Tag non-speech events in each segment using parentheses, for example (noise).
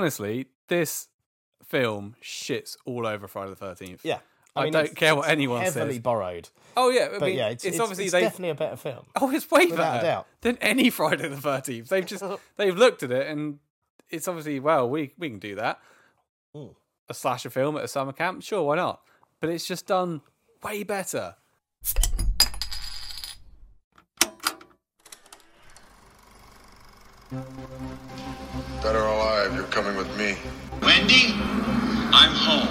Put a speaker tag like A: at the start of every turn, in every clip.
A: honestly, this film shits all over Friday the Thirteenth.
B: Yeah.
A: I
B: mean,
A: don't
B: it's-
A: care what
B: it's
A: anyone says.
B: Heavily borrowed,
A: Oh yeah, I
B: but
A: mean,
B: yeah,
A: it's, obviously they.
B: definitely a better film.
A: (laughs) oh, it's way
B: Without a
A: better
B: doubt.
A: than any Friday the Thirteenth. They've
B: (laughs)
A: just they've looked at it and it's obviously well we we can do that. Oh.
B: Mm.
A: A slasher film at a summer camp, sure, why not? But it's just done way better.
C: Dead or alive, you're coming with me.
D: Wendy, I'm home.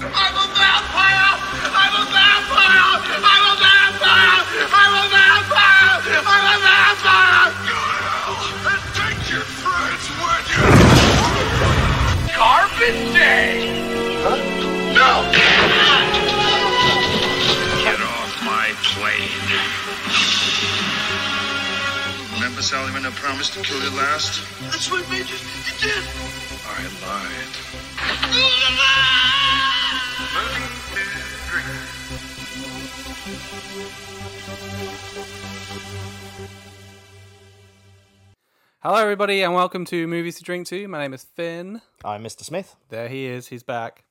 E: I'm a vampire! I'm a vampire! I'm a vampire! I'm a vampire! I'm a vampire! Go to hell and take your friends with you! Carpet Day! Huh? No!
D: Get off my plane. Remember, Sally, when I promised to kill you last?
E: That's what made you, you did!
D: I lied.
A: Hello, everybody, and welcome to Movies to Drink To. My name is Finn.
B: I'm Mr. Uh, Smith.
A: There he is. He's back.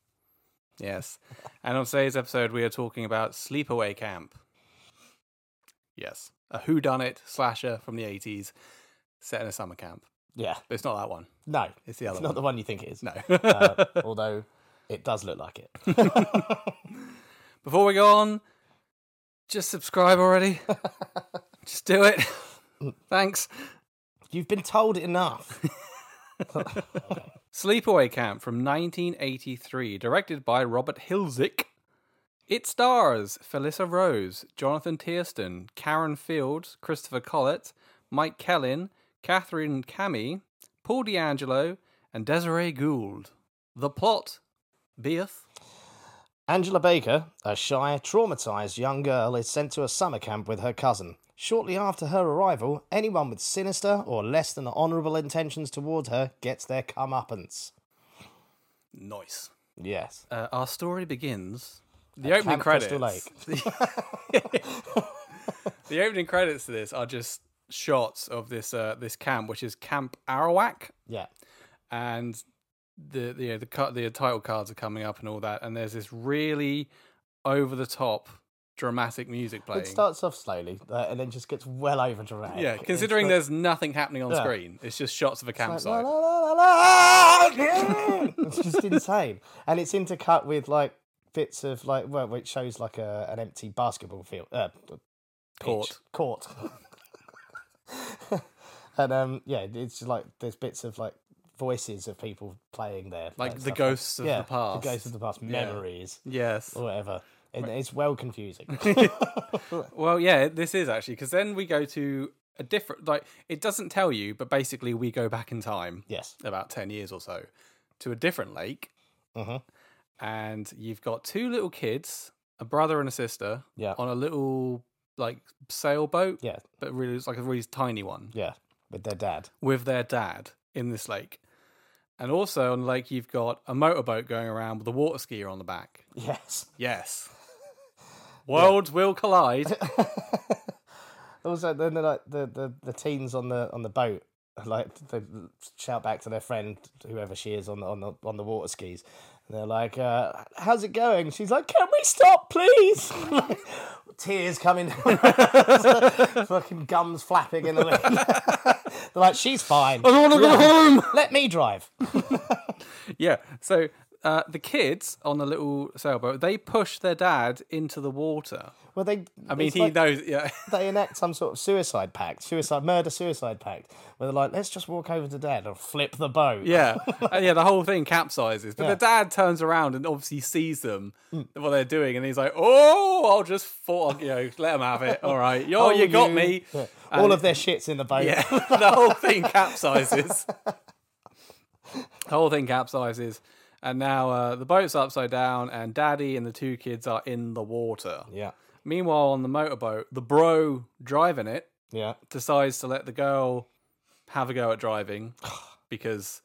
A: Yes. and on today's episode, we are talking about Sleepaway Camp. Yes, a whodunit slasher from the '80s, set in a summer camp.
B: Yeah,
A: But it's not that one.
B: no,
A: It's the other
B: not the one you think it is. No,
A: one.
B: uh, although it does look like it.
A: (laughs) Before we go on, just subscribe already. just do it. Thanks.
B: You've been
A: (laughs)
B: told enough.
A: Sleepaway Camp from 1983, directed by Robert Hilzick. It stars Felissa Rose, Jonathan Tiersten, Karen Fields, Christopher Collett, Mike Kellen, Catherine Cammy, Paul D'Angelo, and Desiree Gould. The plot beeth.
B: Angela Baker, a shy, traumatized young girl, is sent to a summer camp with her cousin. Shortly after her arrival, anyone with sinister or less than honourable intentions toward her gets their comeuppance.
A: Nice.
B: Yes.
A: Uh, our story begins. The opening
B: Camp
A: credits.
B: Crystal
A: (laughs) the opening credits to this are just shots of this uh, this camp, which is Camp Arawak,
B: Yeah.
A: and the the yeah, the cut the title cards are coming up and all that, and there's this really over the top dramatic music playing.
B: It starts off slowly uh, and then just gets well over dramatic.
A: yeah,
B: It's
A: considering
B: like-
A: there's nothing happening on screen, it's just shots of a
B: like,
A: campsite.
B: la, la, la, (laughs) la, la. it's just insane, and it's intercut with like bits of like well, which shows like a an empty basketball field, uh, pitch.
A: Court.
B: court, (laughs) and um, yeah, it's just like there's bits of like voices of people playing there,
A: Like the
B: stuff
A: ghosts of the
B: yeah,
A: past.
B: the ghosts of the past, memories,
A: Yes.
B: or whatever. And it's well confusing.
A: (laughs) Well, yeah, this is actually because then we go to a different like it doesn't tell you, but basically we go back in time
B: yes,
A: about ten years or so to a different lake,
B: Mhm.
A: and you've got two little kids, a brother and a sister,
B: Yeah.
A: on a little like sailboat,
B: yeah,
A: but really it's like a really tiny one
B: yeah, with their dad. (laughs)
A: with their dad in this lake. And also on the lake, you've got a motorboat going around with a water skier on the back.
B: Yes. (laughs)
A: Yes. Worlds will collide.
B: Also, then the, like the, the the teens on the on the boat like they shout back to their friend whoever she is on the on the on the water skis. And they're like, uh, "How's it going?" She's like, "Can we stop, please?" (laughs) Tears coming, down (laughs) fucking gums flapping in the wind. (laughs) they're like, "She's fine.
A: I want to go home.
B: Let me drive."
A: (laughs) Yeah. So uh, the kids on the little sailboat, they push their dad into the water.
B: Well, they.
A: I mean, he knows. Yeah. (laughs)
B: they enact some sort of suicide pact, suicide murder suicide pact, where they're like, "Let's just walk over to dad and flip the boat."
A: Yeah. Uh, yeah. The whole thing capsizes. But
B: Yeah. Hmm.
A: the dad turns around and obviously sees them, what they're doing. And he's like, oh, I'll just, fall, you know, let them have it. All right. Yo,
B: Oh,
A: you got me.
B: Yeah. All of their shit's in the boat.
A: Yeah, (laughs) the whole thing
B: (laughs)
A: capsizes. the whole thing capsizes, and now uh, the boat's upside down, and Daddy and the two kids are in the water.
B: Yeah.
A: Meanwhile, on the motorboat, the bro driving it
B: Yeah.
A: decides to let the girl have a go at driving because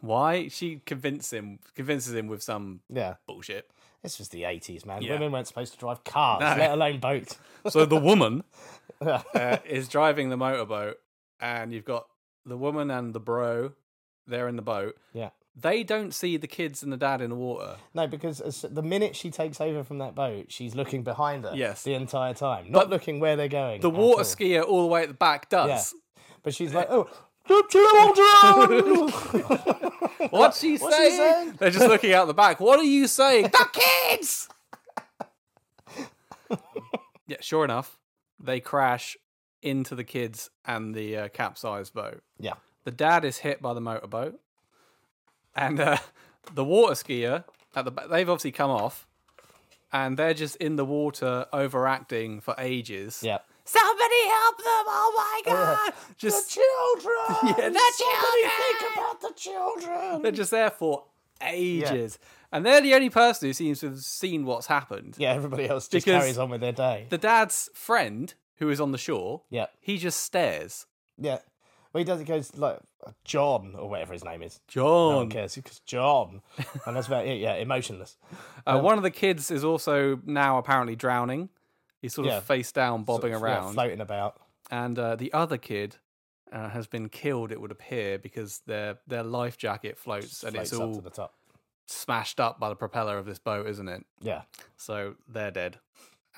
A: why? She convinces him, convinces him with some
B: Yeah.
A: bullshit.
B: This was the 80s, man.
A: Yeah.
B: Women weren't supposed to drive cars,
A: No.
B: let alone boats.
A: So the woman uh, is driving the motorboat, and you've got the woman and the bro they're in the boat,
B: Yeah.
A: they don't see the kids and the dad in the water.
B: No, because as, the minute she takes over from that boat, she's looking behind her.
A: Yes.
B: The entire time, not looking where they're going.
A: The water skier all the way at the back does.
B: But she's like, oh. don't you all drown!"
A: (laughs) What's she
B: What's she
A: saying?
B: saying?
A: They're just looking out the back. What are you saying? the kids! (laughs) yeah, sure enough, they crash into the kids and the uh, capsized boat.
B: yeah.
A: The dad is hit by the motorboat, and uh, the water skier at the ba- they've obviously come off, and they're just in the water overacting for ages.
B: Yeah.
A: Somebody help them! Oh my god! Just
B: (laughs) Children!
A: Yeah, the
B: Somebody
A: children!
B: think about the children!
A: they're just there for ages, and they're the only person who seems to have seen what's happened.
B: Yeah, everybody else just
A: Because-
B: carries on with their day.
A: The dad's friend, who is on the shore,
B: Yeah.
A: he just stares.
B: Yeah. Well, he does, he goes like John or whatever his name is. No one
A: John.
B: cares because John. And that's about it. Yeah, emotionless.
A: Uh, one of the kids is also now apparently drowning. He's sort
B: Yeah.
A: of face down, (laughs) bobbing
B: Yeah,
A: around,
B: floating about.
A: and uh, the other kid uh, has been killed. It would appear because their their life jacket floats and
B: Floats
A: it's
B: up to
A: all
B: the top.
A: smashed up by the propeller of this boat, isn't it?
B: Yeah,
A: So they're dead,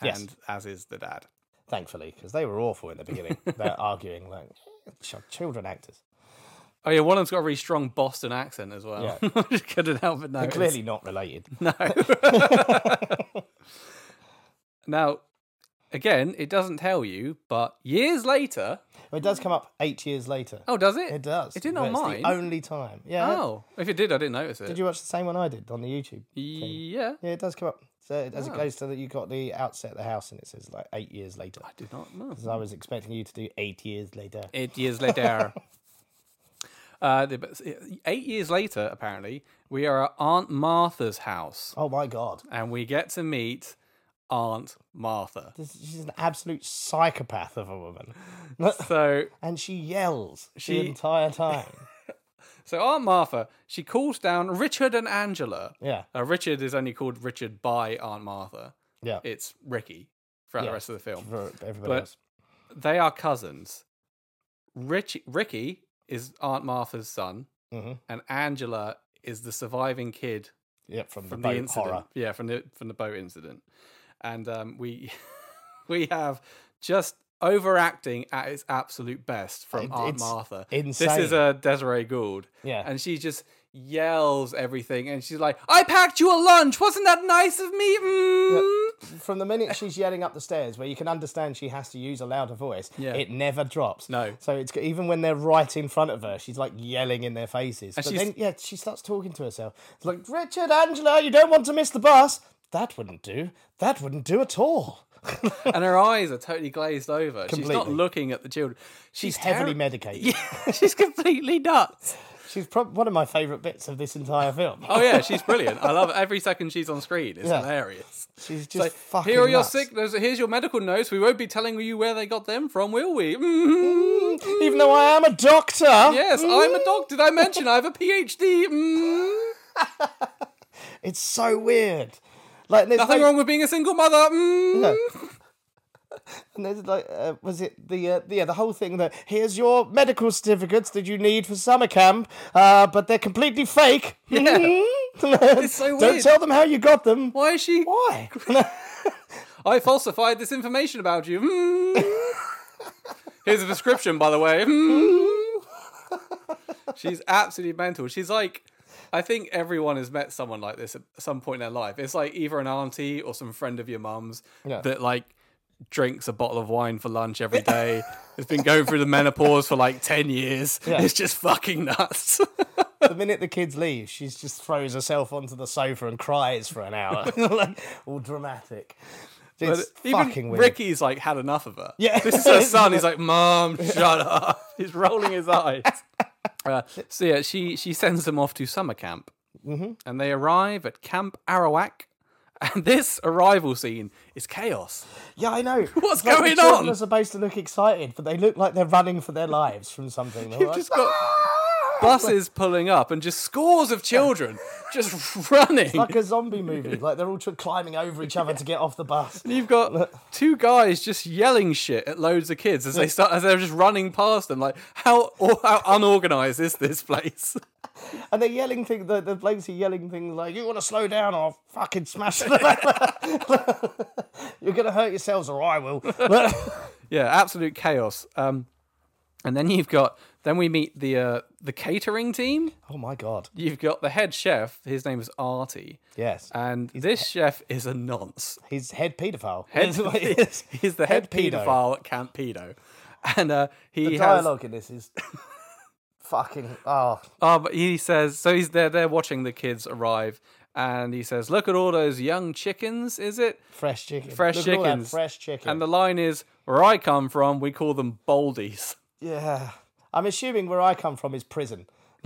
A: and
B: Yes.
A: as is the dad.
B: thankfully, because they were awful in
A: (laughs)
B: the beginning. They're arguing like ch- children actors.
A: Oh yeah, one of them's got a really strong Boston accent as well. (laughs) Just couldn't help but notice.
B: Clearly not related. (laughs)
A: (laughs) Now, again, it doesn't tell you, but years later.
B: It does come up eight years later.
A: Oh, does it?
B: it does.
A: It did
B: but
A: on
B: it's the
A: mine.
B: only time. Yeah.
A: Oh, if it did, I didn't notice it.
B: Did you watch the same one I did on the YouTube?
A: Yeah,
B: Yeah, it does come up. So it-
A: Oh.
B: as it goes to that, you got the outset of the house, and it says like eight years later.
A: I did not know.
B: 'Cause I was expecting you to do eight years later.
A: Eight years later. (laughs) uh, the- but eight years later, apparently, we are at Aunt Martha's house,
B: Oh my god,
A: and we get to meet Aunt Martha.
B: this, she's an absolute psychopath of a woman,
A: So,
B: and she yells
A: She-
B: the entire time. (laughs)
A: so Aunt Martha, she calls down Richard and Angela.
B: Yeah,
A: Uh, Richard is only called Richard by Aunt Martha.
B: yeah.
A: It's Ricky throughout
B: Yeah.
A: the rest of the film.
B: for everybody
A: But-
B: else.
A: They are cousins. Rich, Ricky is Aunt Martha's son,
B: hmm
A: and Angela is the surviving kid
B: Yep, from,
A: from
B: the,
A: the,
B: boat
A: incident.
B: horror.
A: Yeah, from the from the boat incident, and um, we (laughs) we have just overacting at its absolute best from
B: It-
A: Aunt
B: it's
A: Martha. Uh, This is
B: insane.
A: a Desiree Gould,
B: Yeah.
A: and she just yells everything, and she's like, "I packed you a lunch. Wasn't that nice of me?" Mm.
B: From the minute she's yelling up the stairs, where you can understand she has to use a louder voice,
A: Yeah.
B: it never drops.
A: No.
B: So it's even when they're right in front of her, she's like yelling in their faces. but
A: she's-
B: then, yeah, she starts talking to herself. It's like, Richard, Angela, you don't want to miss the bus. That wouldn't do. That wouldn't do at all. (laughs)
A: and her eyes are totally glazed over. She's not
B: Completely.
A: looking at the children. She's,
B: Heavily
A: terri-
B: medicated.
A: (laughs) Yeah, she's completely nuts.
B: She's prob- one of my favourite bits of this entire film.
A: Oh yeah, she's brilliant. I love every second she's on screen. It's
B: Yeah.
A: hilarious.
B: She's
A: It's
B: just fucking
A: here are your
B: nuts.
A: sick. there's- Here's your medical notes. We won't be telling you where they got them from, will we? Mm,
B: Even though I am a doctor.
A: yes, I'm a doc. Did I mention I have a PhD? Mm,
B: It's so weird. Like there's
A: nothing
B: no- (laughs)
A: wrong with being a single mother. Mm. (laughs)
B: And there's like, uh, was it the uh, yeah the whole thing that here's your medical certificates that you need for summer camp, uh, but they're completely fake. (laughs) it's
A: so
B: Don't
A: weird.
B: tell them how you got them.
A: Why is she?
B: Why?
A: (laughs) I falsified this information about you. Mm. Here's a prescription, by the way. Mm. She's absolutely mental. She's like, I think everyone has met someone like this at some point in their life. It's like either an auntie or some friend of your mum's
B: Yeah.
A: that like drinks a bottle of wine for lunch every day. has been going through the menopause for like ten years.
B: Yeah.
A: It's just fucking nuts. (laughs)
B: the minute the kids leave, she just throws herself onto the sofa and cries for an hour, (laughs) like all dramatic. It's
A: Even
B: fucking weird.
A: Ricky's like had enough of her.
B: Yeah.
A: this
B: (laughs)
A: is her son. He's like, Mom, shut up. (laughs) He's rolling his
B: (laughs)
A: eyes. Uh, so yeah, she she sends them off to summer camp, mm-hmm. and they arrive at Camp Arawak. (laughs) And this arrival scene is chaos.
B: Yeah, I know.
A: (laughs) What's
B: It's like
A: going
B: the children
A: on?
B: (laughs) Are supposed to look excited, but they look like they're running for their lives from something. They're like,
A: Just got buses pulling up and just scores of children just (laughs) running.
B: like a zombie movie. Like they're all tr- climbing over each other to get off the bus.
A: You've got two guys just yelling shit at loads of kids as they start as they're just running past them. Like how or how unorganized is this place?
B: And they're yelling things. The, the blokes are yelling things like, "You want to slow down, or I'll fucking smash the (laughs) You're gonna hurt yourselves, or I will." (laughs)
A: Yeah, absolute chaos. Um, and then you've got then we meet the uh, the catering team.
B: oh my god!
A: You've got the head chef. His name is Artie,
B: Yes,
A: and this chef is a
B: (laughs)
A: nonce.
B: he's head paedophile.
A: Head, (laughs)
B: Is what he is.
A: he's the head,
B: pedo.
A: paedophile at Camp Pedo, (laughs) and uh, he
B: The
A: has
B: dialogue in this is (laughs) fucking oh
A: Oh, but he says so. He's there. They're watching the kids arrive, and he says, "Look at all those young chickens." Is it?
B: fresh chicken.
A: Fresh
B: Look at all that
A: chickens.
B: Fresh chicken.
A: And the line is, "Where I come from, we call them boldies."
B: yeah, I'm assuming where I come from is prison. (laughs)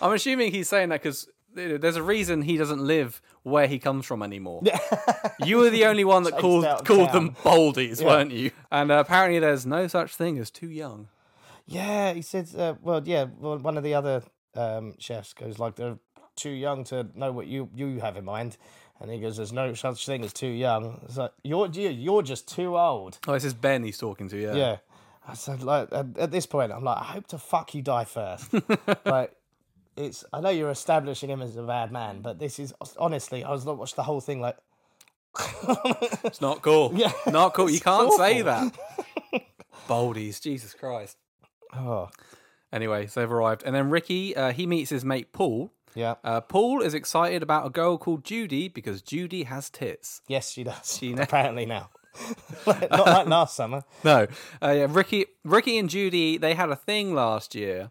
A: I'm assuming he's saying that because there's a reason he doesn't live where he comes from anymore. (laughs) you were the only one that called
B: out of
A: called
B: town.
A: them boldies, weren't you? And uh, apparently, there's no such thing as too young.
B: Yeah, he said. Uh, well, yeah, well, one of the other um, chefs goes like they're too young to know what you you have in mind, and he goes, "There's no such thing as too young." It's like you're you- you're just too old.
A: Oh, this is Ben he's talking to. Yeah.
B: Yeah. I said like at, at this point, I'm like, I hope to fuck you die first. like it's I know you're establishing him as a bad man, but this is honestly, I was like watched the whole thing like.
A: It's not
B: (laughs)
A: cool. Yeah. Not cool. You can't say
B: awful.
A: that.
B: (laughs)
A: boldies. Jesus Christ.
B: Oh
A: Anyway, so they've arrived. And then Ricky, uh, he meets his mate Paul.
B: yeah,
A: Uh, Paul is excited about a girl called Judy because Judy has tits.
B: yes, she does. (laughs)
A: she kn-
B: apparently now, Like, not like last summer.
A: (laughs) No, uh, yeah, Ricky, Ricky and Judy, they had a thing last year,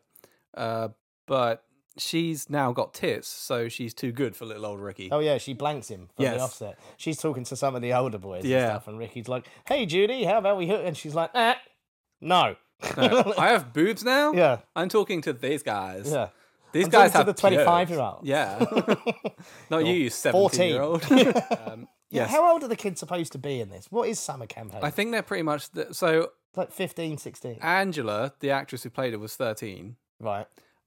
A: uh, but she's now got tits, so she's too good for little old Ricky.
B: Oh yeah, she blanks him from
A: Yes.
B: the offset. She's talking to some of the older boys
A: Yeah.
B: and stuff, and Ricky's like, "Hey Judy, how about we hook?" And she's like, "Eh, no."
A: No, (laughs) I have boobs now.
B: (laughs) Yeah.
A: I'm talking to these guys.
B: yeah.
A: These
B: I'm
A: guys
B: talking
A: have
B: to the
A: tits.
B: 25-year-old.
A: Yeah,
B: (laughs)
A: not you, you
B: 14.
A: seventeen-year-old.
B: (laughs)
A: (laughs) um, yes,
B: How old are the kids supposed to be in this? What is summer campaign?
A: I Ah. think they're pretty much the, so.
B: like 15, 16.
A: Angela, the actress who played her, was thirteen.
B: right.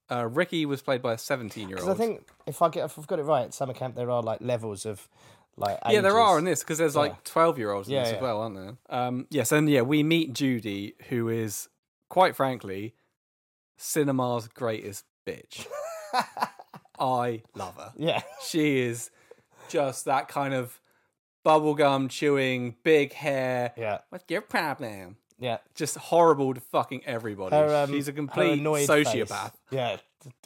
A: Uh, Ricky was played by a 17 year old.
B: Because I think if I get if I've got it right, at summer camp there are like levels of like
A: yeah, there are in
B: ages.
A: this because there's like 12 year olds in
B: Yeah,
A: this as
B: yeah.
A: well, aren't there? Um, yes, and yeah, we meet Judy, who is, quite frankly, cinema's greatest (laughs) bitch. I love her.
B: Yeah. (laughs)
A: She is just that kind of bubblegum chewing, big hair.
B: Yeah.
A: What's your problem?
B: Yeah.
A: Just horrible to fucking everybody.
B: Her, um,
A: She's a
B: her
A: complete
B: annoyed
A: sociopath.
B: Face. Yeah,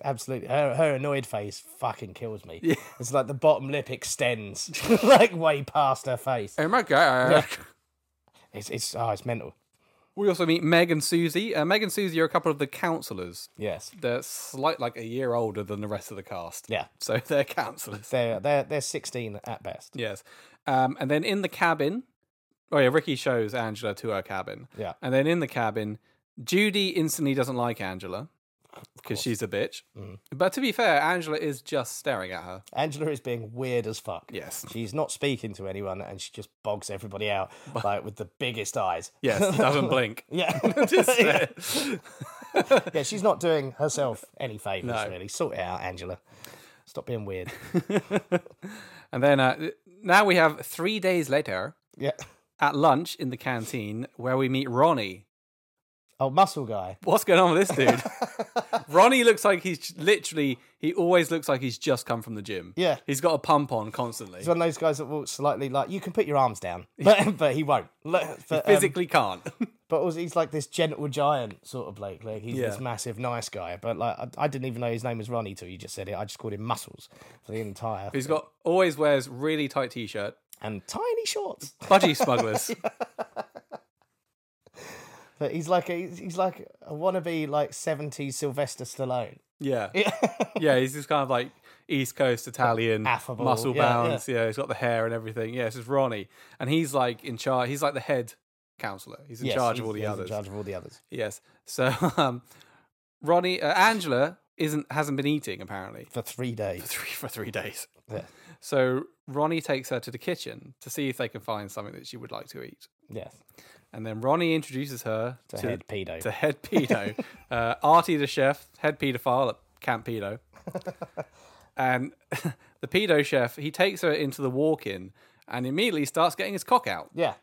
B: absolutely. Her, her annoyed face fucking kills me. It's like the bottom lip extends (laughs) like way past her face.
A: Oh my god.
B: It's it's oh, it's mental.
A: We also meet Meg and Susie. Uh, Meg and Susie are a couple of the counselors.
B: Yes.
A: They're slight, like a year older than the rest of the cast.
B: Yeah.
A: (laughs) So they're counselors.
B: They're they're they're sixteen at best.
A: Yes. Um, and then in the cabin, oh yeah, Ricky shows Angela to her cabin.
B: Yeah.
A: And then in the cabin, Judy instantly doesn't like Angela because she's a bitch.
B: Mm.
A: But to be fair, Angela is just staring at her.
B: Angela is being weird as fuck.
A: Yes.
B: She's not speaking to anyone and she just bogs everybody out like with the biggest eyes.
A: Yes, (laughs) doesn't blink.
B: (laughs) Yeah.
A: (laughs) Just
B: yeah.
A: there.
B: Yeah, she's not doing herself any favors
A: No.
B: really. Sort it out, Angela. Stop being weird.
A: (laughs) and then uh, now we have three days later
B: Yeah.
A: at lunch in the canteen where we meet Ronnie,
B: Oh, muscle guy. (laughs)
A: what's going on with this dude? Ronnie looks like he's j- literally, he always looks like he's just come from the gym.
B: Yeah.
A: He's got a pump on constantly.
B: He's one of those guys that walks slightly like you can put your arms down, but, (laughs) but he won't. But, um,
A: Physically can't. (laughs)
B: but also he's like this gentle giant sort of bloke. Like he's this
A: Yeah.
B: massive nice guy. But like I, I didn't even know his name was Ronnie till you just said it. I just called him Muscles for the entire
A: he's got, always wears really tight t shirt,
B: and tiny shorts.
A: budgie
B: (laughs)
A: smugglers.
B: But he's like a, he's he's like a wannabe like seventies Sylvester Stallone. (laughs)
A: yeah. Yeah, he's just kind of like East Coast Italian,
B: Affable,
A: muscle
B: yeah, yeah.
A: bound. Yeah, he's got the hair and everything. Yeah, this is Ronnie. And he's like in charge, he's like the head counselor. He's in
B: Yes,
A: charge of
B: he's-
A: all the
B: he's
A: others.
B: In charge of all the others.
A: Yes. So, (laughs) um, Ronnie, uh, Angela isn't, hasn't been eating apparently.
B: For three days.
A: three for three days.
B: Yeah.
A: So Ronnie takes her to the kitchen to see if they can find something that she would like to eat.
B: Yes.
A: And then Ronnie introduces her to,
B: head pedo. (laughs)
A: To head pedo. uh, Artie the chef, head pedophile at Camp
B: (laughs)
A: Pedo. and (laughs) the pedo chef, he takes her into the walk in and immediately starts getting his cock out.
B: Yeah.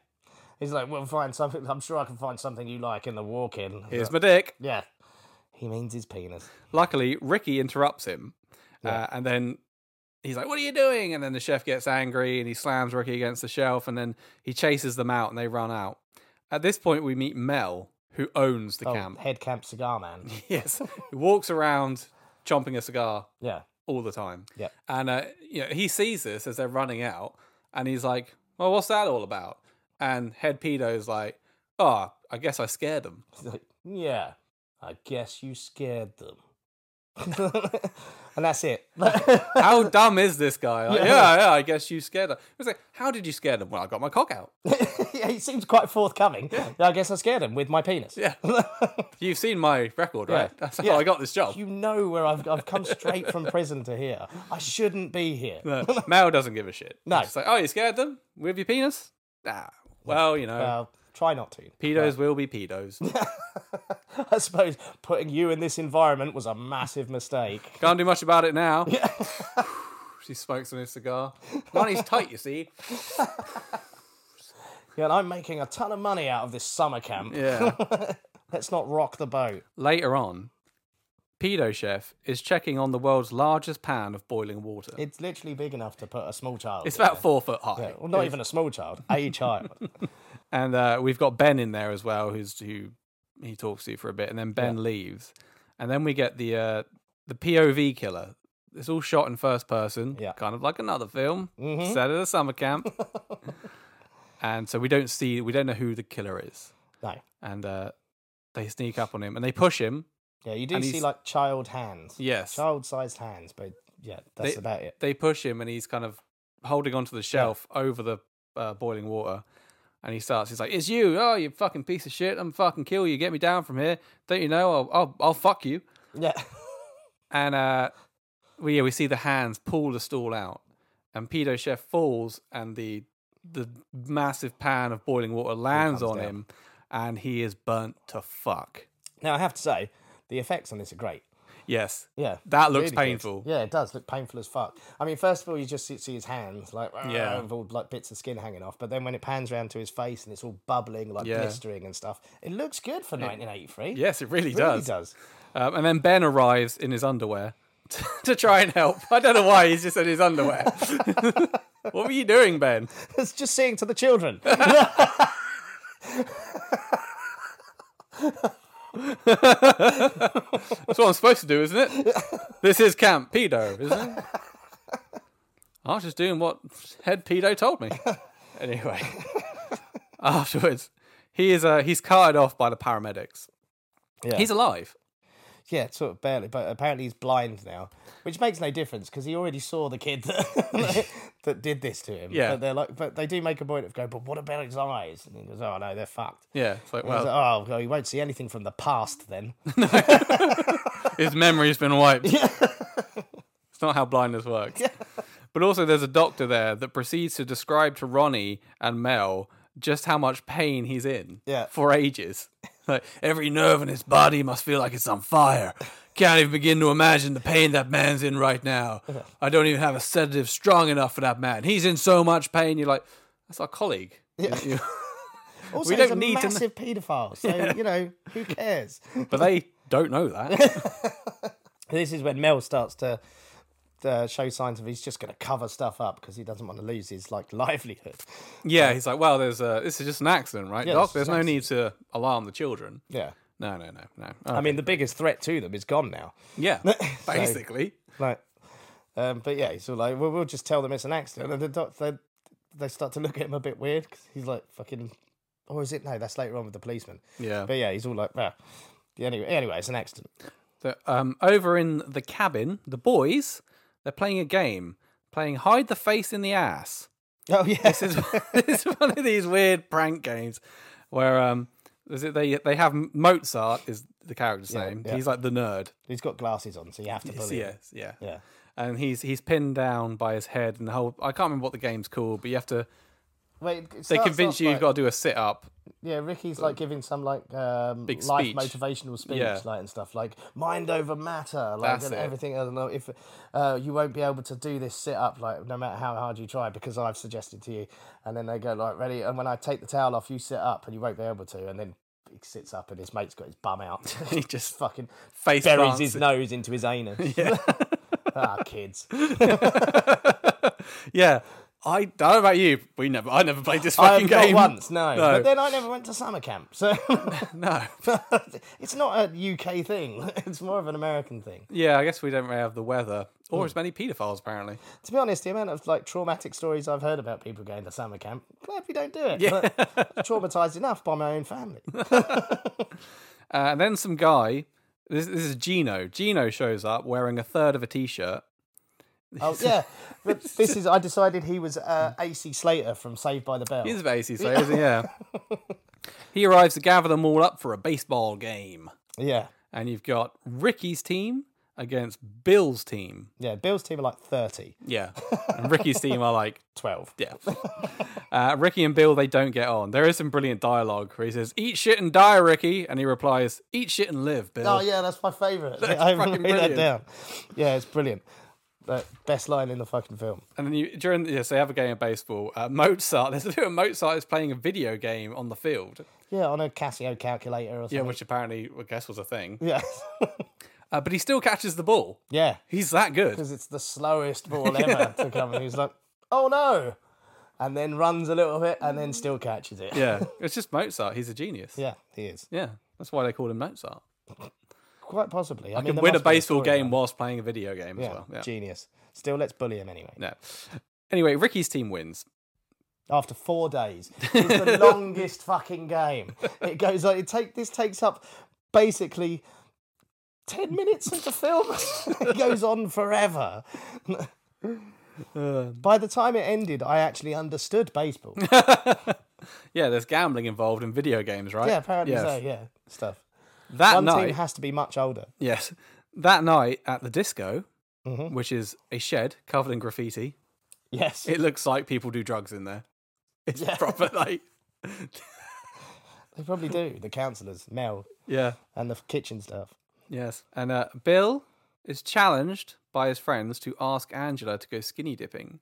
B: He's like, we'll find something. I'm sure I can find something you like in the walk in.
A: Here's my dick.
B: Yeah. He means his penis.
A: Luckily, Ricky interrupts him, uh, and then he's like, "What are you doing?" And then the chef gets angry and he slams Ricky against the shelf, and then he chases them out, and they run out. At this point, we meet Mel, who owns the
B: Oh,
A: camp.
B: (laughs) head camp cigar man.
A: Yes, who walks around chomping a cigar
B: Yeah.
A: all the time.
B: Yep.
A: and uh, you know he sees this as they're running out, and he's like, "Well, what's that all about?" And head pedo's like, "Oh, I guess I scared them."
B: He's like, yeah. I guess you scared them. (laughs) and that's it. (laughs)
A: How dumb is this guy? Like,
B: Yeah.
A: yeah. yeah, I guess you scared them. It was like, how did you scare them? Well, I got my cock out.
B: yeah, he seems quite forthcoming. I guess I scared him with my penis. (laughs)
A: Yeah. You've seen my record,
B: Yeah.
A: right? That's how
B: Yeah.
A: I got this job.
B: You know where I've, I've come straight from prison to here. I shouldn't be here.
A: No,
B: (laughs)
A: Mel Uh, doesn't give a shit.
B: No.
A: It's like, oh, you scared them with your penis? Nah. Well, you know,
B: Well, try not to. (laughs)
A: pedos will be pedos.
B: I suppose putting you in this environment was a massive mistake.
A: Can't do much about it now. (laughs) she smokes on his cigar. Money's tight, you see.
B: Yeah, and I'm making a ton of money out of this summer camp. (laughs)
A: Yeah.
B: Let's not rock the boat.
A: Later on, Pedo Chef is checking on the world's largest pan of boiling water.
B: It's literally big enough to put a small child.
A: It's
B: in.
A: about four foot high.
B: well, not even a small child,
A: (laughs)
B: a child.
A: And uh, we've got Ben in there as well, who's who he talks to for a bit, and then Ben leaves, and then we get the uh, the POV killer. It's all shot in first person,
B: Yeah.
A: kind of like another film set at a summer camp. and so we don't see, we don't know who the killer is,
B: No.
A: and uh, they sneak up on him and they push him.
B: Yeah, you do
A: And
B: see
A: he's-
B: like child hands.
A: Yes,
B: Child sized hands, but yeah, that's
A: They-
B: about it.
A: they push him and he's kind of holding onto the shelf over the uh, boiling water and he starts he's like it's you oh you fucking piece of shit i'm fucking kill you get me down from here don't you know i'll i'll, I'll fuck you
B: Yeah. (laughs)
A: and uh we yeah, we see the hands pull the stool out and pedo chef falls and the the massive pan of boiling water lands
B: comes
A: on
B: down.
A: him and he is burnt to fuck
B: now, I have to say, the effects on this are great.
A: yes
B: Yeah.
A: that looks
B: really good.
A: painful
B: Yeah, it does look painful as fuck. I mean, first of all, you just see, see his hands, like, yeah.
A: Yeah.
B: with all like bits of skin hanging off. But then when it pans around to his face and it's all bubbling, like
A: Yeah.
B: blistering and stuff, it looks good for 1983.
A: yes it really
B: it really
A: does
B: does. (laughs)
A: Um, and then Ben arrives in his underwear (laughs) to, to try and help. I don't know why he's just in his underwear. (laughs) what were you doing, Ben?
B: It's just seeing to the children.
A: (laughs) That's what I'm supposed to do, isn't it? This is Camp Pedo, isn't it? I was just doing what Head Pedo told me. Anyway, afterwards, he is uh, he's carted off by the paramedics.
B: Yeah.
A: He's alive.
B: yeah, sort of barely, but apparently he's blind now, which makes no difference because he already saw the kid that, (laughs) that did this to him.
A: Yeah.
B: but they're like, but they do make a point of going, but what about his eyes? And he goes, oh no, they're fucked.
A: Yeah, it's like,
B: And he's
A: well,
B: like, oh, well, he won't see anything from the past
A: (laughs)
B: then.
A: his memory's been
B: (laughs)
A: wiped. it's not how blindness works. But also, there's a doctor there that proceeds to describe to Ronnie and Mel just how much pain he's in
B: Yeah.
A: for ages. (laughs) Like every nerve in his body must feel like it's on fire. Can't even begin to imagine the pain that man's in right
B: (laughs)
A: now. I don't even have a sedative strong enough for that man. He's in so much pain. You're like, that's our colleague. You-
B: Also,
A: We
B: he's
A: don't
B: a
A: need to kn-
B: massive paedophile, so you know who cares. (laughs)
A: (laughs) but they don't know that.
B: this is when Mel starts to uh, show signs of he's just going to cover stuff up because he doesn't want to lose his like livelihood.
A: yeah, he's like, well, there's a, this is just an accident, right,
B: Yeah,
A: Doc?
B: this is
A: There's
B: an
A: no need to alarm the children.
B: Yeah,
A: No, no, no, no.
B: I mean the biggest threat to them is gone now.
A: yeah,
B: (laughs)
A: basically.
B: Like, um, but yeah, he's all like, well, we'll just tell them it's an accident, and the doc, they, they start to look at him a bit weird because he's like fucking. Or is it no? That's later on with the policeman.
A: Yeah.
B: But yeah, he's all like, well, anyway, anyway, it's an accident. (laughs)
A: So, um, over in the cabin, the boys they're playing a game, playing hide the face in the ass. (laughs)
B: Oh yeah,
A: This is, this is one of these weird prank games where um, is it they they have Mozart is the character's name.
B: yeah.
A: He's like the nerd.
B: (laughs)
A: (laughs)
B: he's got glasses on, so you have to bully. him.
A: Yes, yeah,
B: Yeah.
A: And he's he's pinned down by his head, and the whole I can't remember what the game's called, but you have to
B: Wait, it
A: They
B: starts
A: convince
B: off
A: you
B: like,
A: you've got to do a sit up. (laughs)
B: Yeah, Ricky's like giving some like um,
A: Big
B: life
A: speech.
B: motivational speech,
A: Yeah.
B: like and stuff, like mind over matter, like
A: That's
B: and
A: it.
B: everything. I don't know if uh, you won't be able to do this sit up, like no matter how hard you try, because I've suggested to you. And then they go like, ready. And when I take the towel off, you sit up, and you won't be able to. And then he sits up, and his mate's got his bum out. (laughs)
A: (laughs) He just
B: fucking
A: Face
B: buries
A: plants
B: his
A: it.
B: nose into
A: (laughs)
B: his anus. ah, kids.
A: yeah. I I don't know about you. We never. I never played this
B: I
A: fucking
B: have
A: game
B: not once, no.
A: No.
B: But then I never went to summer camp, so
A: (laughs) No.
B: (laughs) it's not a UK thing. (laughs) It's more of an American thing.
A: Yeah, I guess we don't really have the weather or as many paedophiles apparently.
B: to be honest, the amount of like traumatic stories I've heard about people going to summer camp, glad we don't do it.
A: Yeah. (laughs)
B: traumatized enough by my own family.
A: Uh, and then some guy. This, this is Gino. Gino shows up wearing a third of a t-shirt.
B: oh yeah, but this is. I decided he was uh, AC Slater from Saved by the Bell.
A: He's a bassy, so isn't he? yeah. he arrives to gather them all up for a baseball game,
B: Yeah,
A: and you've got Ricky's team against Bill's team.
B: yeah. Bill's team are like 30,
A: Yeah, and Ricky's team are like
B: 12.
A: Yeah. Uh, Ricky and Bill, they don't get on. There is some brilliant dialogue where he says, Eat shit and die, Ricky. And he replies, Eat shit and live, Bill.
B: Oh yeah, that's my favorite. (laughs)
A: fucking
B: I wrote
A: brilliant.
B: that down. Yeah, it's brilliant. But best line in the fucking film.
A: And then you, during, yes, they have a game of baseball. Uh, Mozart, (laughs) there's a bit of Mozart is playing a video game on the field,
B: Yeah, on a Casio calculator or something.
A: yeah, which apparently, I guess, was a thing.
B: (laughs) Yeah,
A: Uh, but he still catches the ball.
B: yeah.
A: He's that good.
B: because it's the
A: (laughs)
B: slowest ball ever to come. And he's like, oh no. And then runs a little bit and then still catches it.
A: Yeah. It's just Mozart. He's a genius.
B: (laughs) Yeah, he is.
A: Yeah. That's why they call him Mozart.
B: Quite possibly. I, mean,
A: Can
B: there
A: win a
B: must be
A: baseball
B: story
A: game
B: there.
A: whilst playing a video game as
B: Yeah,
A: well. Yeah.
B: genius. Still, let's bully him anyway.
A: No. Anyway, Ricky's team wins.
B: After
A: (laughs)
B: four days, it's the longest fucking game. It goes on. It take this takes up basically ten minutes of the film. (laughs) it goes
A: (laughs)
B: on forever.
A: Uh.
B: By the time it ended, I actually understood
A: (laughs)
B: baseball.
A: Yeah, there's gambling involved in video games, right?
B: Yeah, apparently
A: Yes.
B: so. Yeah, stuff.
A: That
B: One
A: night,
B: team has to be much older.
A: yes, that night at the disco,
B: Mm-hmm.
A: which is a shed covered in graffiti.
B: Yes.
A: It looks like people do drugs in there. (laughs) It's proper like,
B: They probably do. The councillors, Mel,
A: yeah,
B: and the kitchen staff.
A: yes. And uh, Bill is challenged by his friends to ask Angela to go skinny dipping.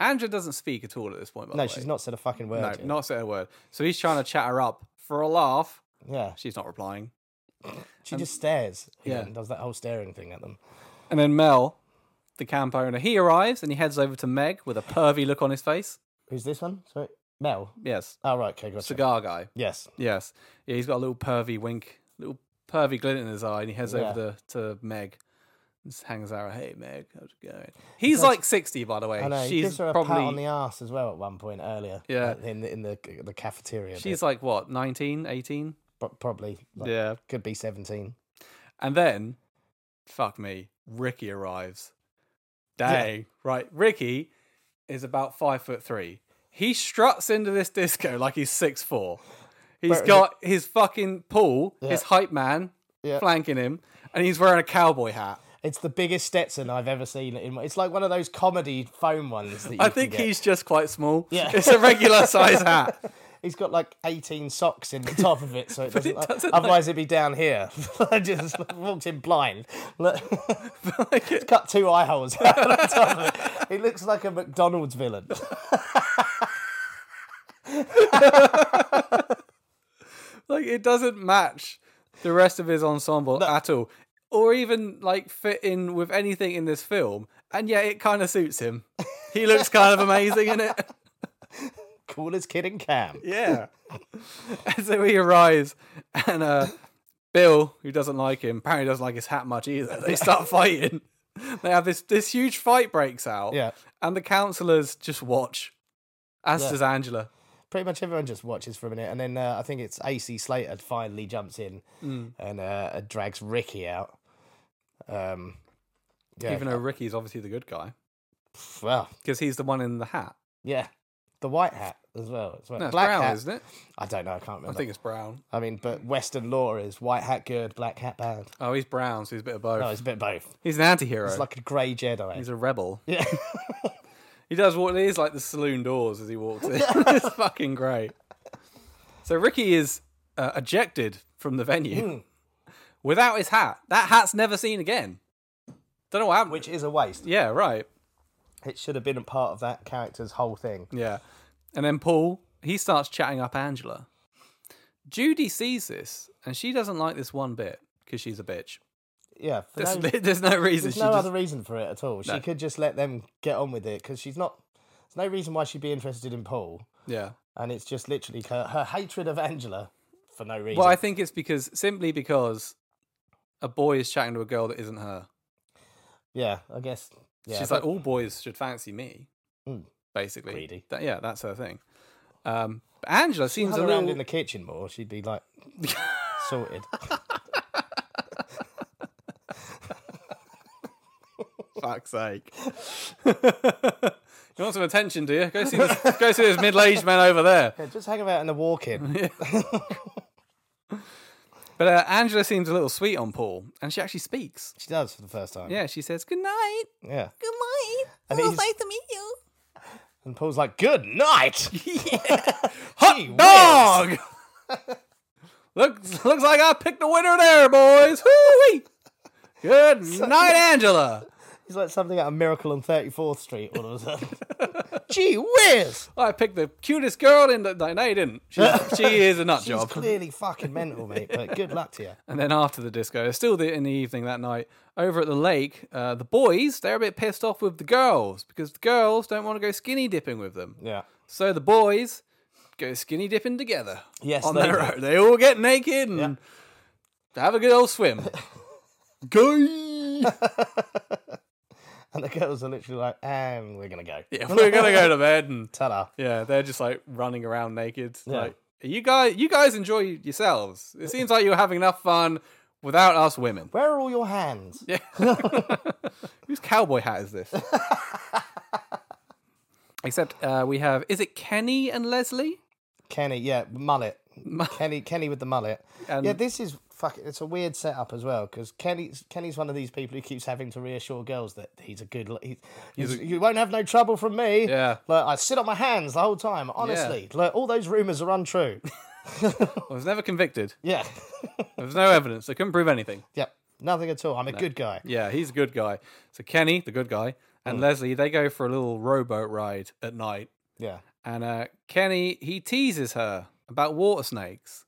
A: Angela doesn't speak at all at this point. By
B: No,
A: the
B: she's
A: way.
B: not said a fucking word. yet.
A: No, not said a word. So he's trying to chat her up for a laugh.
B: Yeah,
A: She's not replying.
B: she just stares.
A: um, yeah.
B: Yeah, and does that whole staring thing at them.
A: And then Mel, the camp owner, he arrives and he heads over to Meg with a pervy look on his face.
B: Who's this one? Sorry, Mel.
A: Yes,
B: Oh right, okay, gotcha.
A: cigar guy.
B: Yes,
A: Yes. Yeah, he's got a little pervy wink, little pervy glint in his eye, and he heads
B: Yeah.
A: over to, to Meg. Just hangs out. Hey, Meg, how's it going? He's like 60, by the way.
B: I know. he
A: she's
B: gives her a
A: probably.
B: pat on the ass as well at one point earlier.
A: Yeah.
B: like, in the in the the cafeteria.
A: She's like, what, 19, 18?
B: bit. Pro- probably. like,
A: Yeah.
B: could be seventeen.
A: And then, fuck me, Ricky arrives. Dang. Right. Ricky is about five foot three. He struts into this disco like he's six four. He's
B: But-
A: got his fucking Paul, his
B: Yeah.
A: hype man,
B: Yeah.
A: flanking him, and he's wearing a cowboy hat.
B: It's the biggest Stetson I've ever seen. In, it's like one of those comedy foam ones. That you
A: I
B: can
A: think
B: get.
A: he's just quite small.
B: Yeah.
A: It's a regular
B: (laughs)
A: size hat.
B: He's got like 18 socks in the top of it,
A: (laughs)
B: so it doesn't.
A: it doesn't, like-
B: otherwise, it'd be down here. (laughs) I just walked in blind.
A: (laughs)
B: Look, It's cut two eye holes (laughs) out on top of it. He looks like a McDonald's villain. (laughs)
A: Like it doesn't match the rest of his ensemble at all. Or even like fit in with anything in this film. And yet it kind of suits him. He looks kind of amazing in it. (laughs)
B: Coolest kid in camp.
A: Yeah. and (laughs) so he arrives, and uh, Bill, who doesn't like him, apparently doesn't like his hat much either. They start fighting. They have this this huge fight breaks out.
B: Yeah.
A: And the counselors just watch, as
B: Yeah.
A: does Angela.
B: Pretty much everyone just watches for a minute, and then uh, I think it's AC Slater finally jumps in
A: Mm.
B: and uh, drags Ricky out. Um, yeah,
A: Even though Ricky's obviously the good guy
B: well,
A: because he's the one in the hat.
B: yeah, the white hat as well. As well.
A: No, it's
B: Black
A: brown,
B: hat,
A: isn't it?
B: I don't know. I can't remember.
A: I think it's brown.
B: I mean, but Western law is white hat good, black hat bad.
A: Oh, he's brown, so he's a bit of both.
B: No, it's a bit both.
A: he's an anti-hero.
B: It's like a grey Jedi.
A: he's a rebel.
B: Yeah.
A: (laughs) He does what it is like the saloon doors as he walks in. (laughs)
B: (laughs)
A: it's fucking great. So Ricky is uh, ejected from the venue
B: Hmm.
A: (laughs) without his hat. That hat's never seen again. Don't know what happened.
B: Which is a waste.
A: yeah, right.
B: It should have been a part of that character's whole thing.
A: Yeah. And then Paul, he starts chatting up Angela. Judy sees this and she doesn't like this one bit because she's a bitch.
B: Yeah. for
A: There's,
B: no-
A: (laughs) there's no reason.
B: There's
A: she
B: (laughs) no
A: just-
B: other reason for it at all. She
A: No.
B: could just let them get on with it because she's not. There's no reason why she'd be interested in Paul,
A: Yeah.
B: and it's just literally her, her hatred of Angela for no reason.
A: Well, I think it's because simply because a boy is chatting to a girl that isn't her.
B: yeah, I guess. Yeah,
A: She's
B: but-
A: like, all boys should fancy me,
B: Mm.
A: basically.
B: Greedy.
A: That- yeah, that's her thing. Um, but Angela seems
B: Hung
A: a
B: around
A: little.
B: in the kitchen more, she'd
A: (laughs)
B: be like sorted. (laughs)
A: Fuck's sake! (laughs) you want some attention, do you? Go see this, go see this middle-aged man over there.
B: Yeah, just hang about in
A: (laughs)
B: the walk-in.
A: But uh, Angela seems a little sweet on Paul, and she actually speaks.
B: she does for the first time.
A: Yeah, she says good night.
B: yeah.
A: Good night.
B: And he's-
A: nice to meet you.
B: And Paul's like,
A: (laughs)
B: "Good night, (laughs) Gee whiz.
A: dog. (laughs) looks looks like I picked a winner there, boys. Hoo-wee. Good
B: (laughs)
A: night, Angela.
B: He's like something out of Miracle on Thirty Fourth Street all
A: (laughs)
B: of a sudden. Gee whiz!
A: Oh, I picked the cutest girl in the. No, no you didn't.
B: (laughs)
A: She, she is a nut
B: She's
A: job.
B: clearly fucking mental, mate. But good luck to you.
A: And then after the disco, still the, in the evening that night, over at the lake, uh, the boys they're a bit pissed off with the girls because the girls don't want to go skinny dipping with them.
B: Yeah.
A: So the boys go skinny dipping together.
B: Yes,
A: on
B: they
A: their
B: do.
A: own. They all get naked and have a good old
B: (laughs)
A: swim. Gay.
B: And the girls are literally like, and we're going to go.
A: yeah, we're gonna go to bed and
B: Ta-da.
A: yeah, they're just like running around naked.
B: Yeah.
A: Like you guys, you guys enjoy yourselves. It seems like you're having enough fun without us women.
B: Where are all your hands?
A: Yeah. Whose cowboy hat is this? Except uh, we have is it Kenny and Leslie?
B: Kenny, yeah, mullet. Kenny, Kenny with the mullet.
A: And-
B: yeah, this is fuck. It's a weird setup as well because Kenny's Kenny's one of these people who keeps having to reassure girls that he's a good. He, he's, you won't have no trouble from me.
A: Yeah.
B: like I sit on my hands the whole time. Honestly, like all those rumors
A: (laughs)
B: are untrue.
A: I was never convicted.
B: yeah, (laughs)
A: There was no evidence. They couldn't prove anything.
B: yep, nothing at all. I'm a good guy.
A: Yeah, he's a good guy. So Kenny, the good guy, and Leslie, they go for a little rowboat ride at night.
B: Yeah,
A: And uh, Kenny, he teases her about water snakes.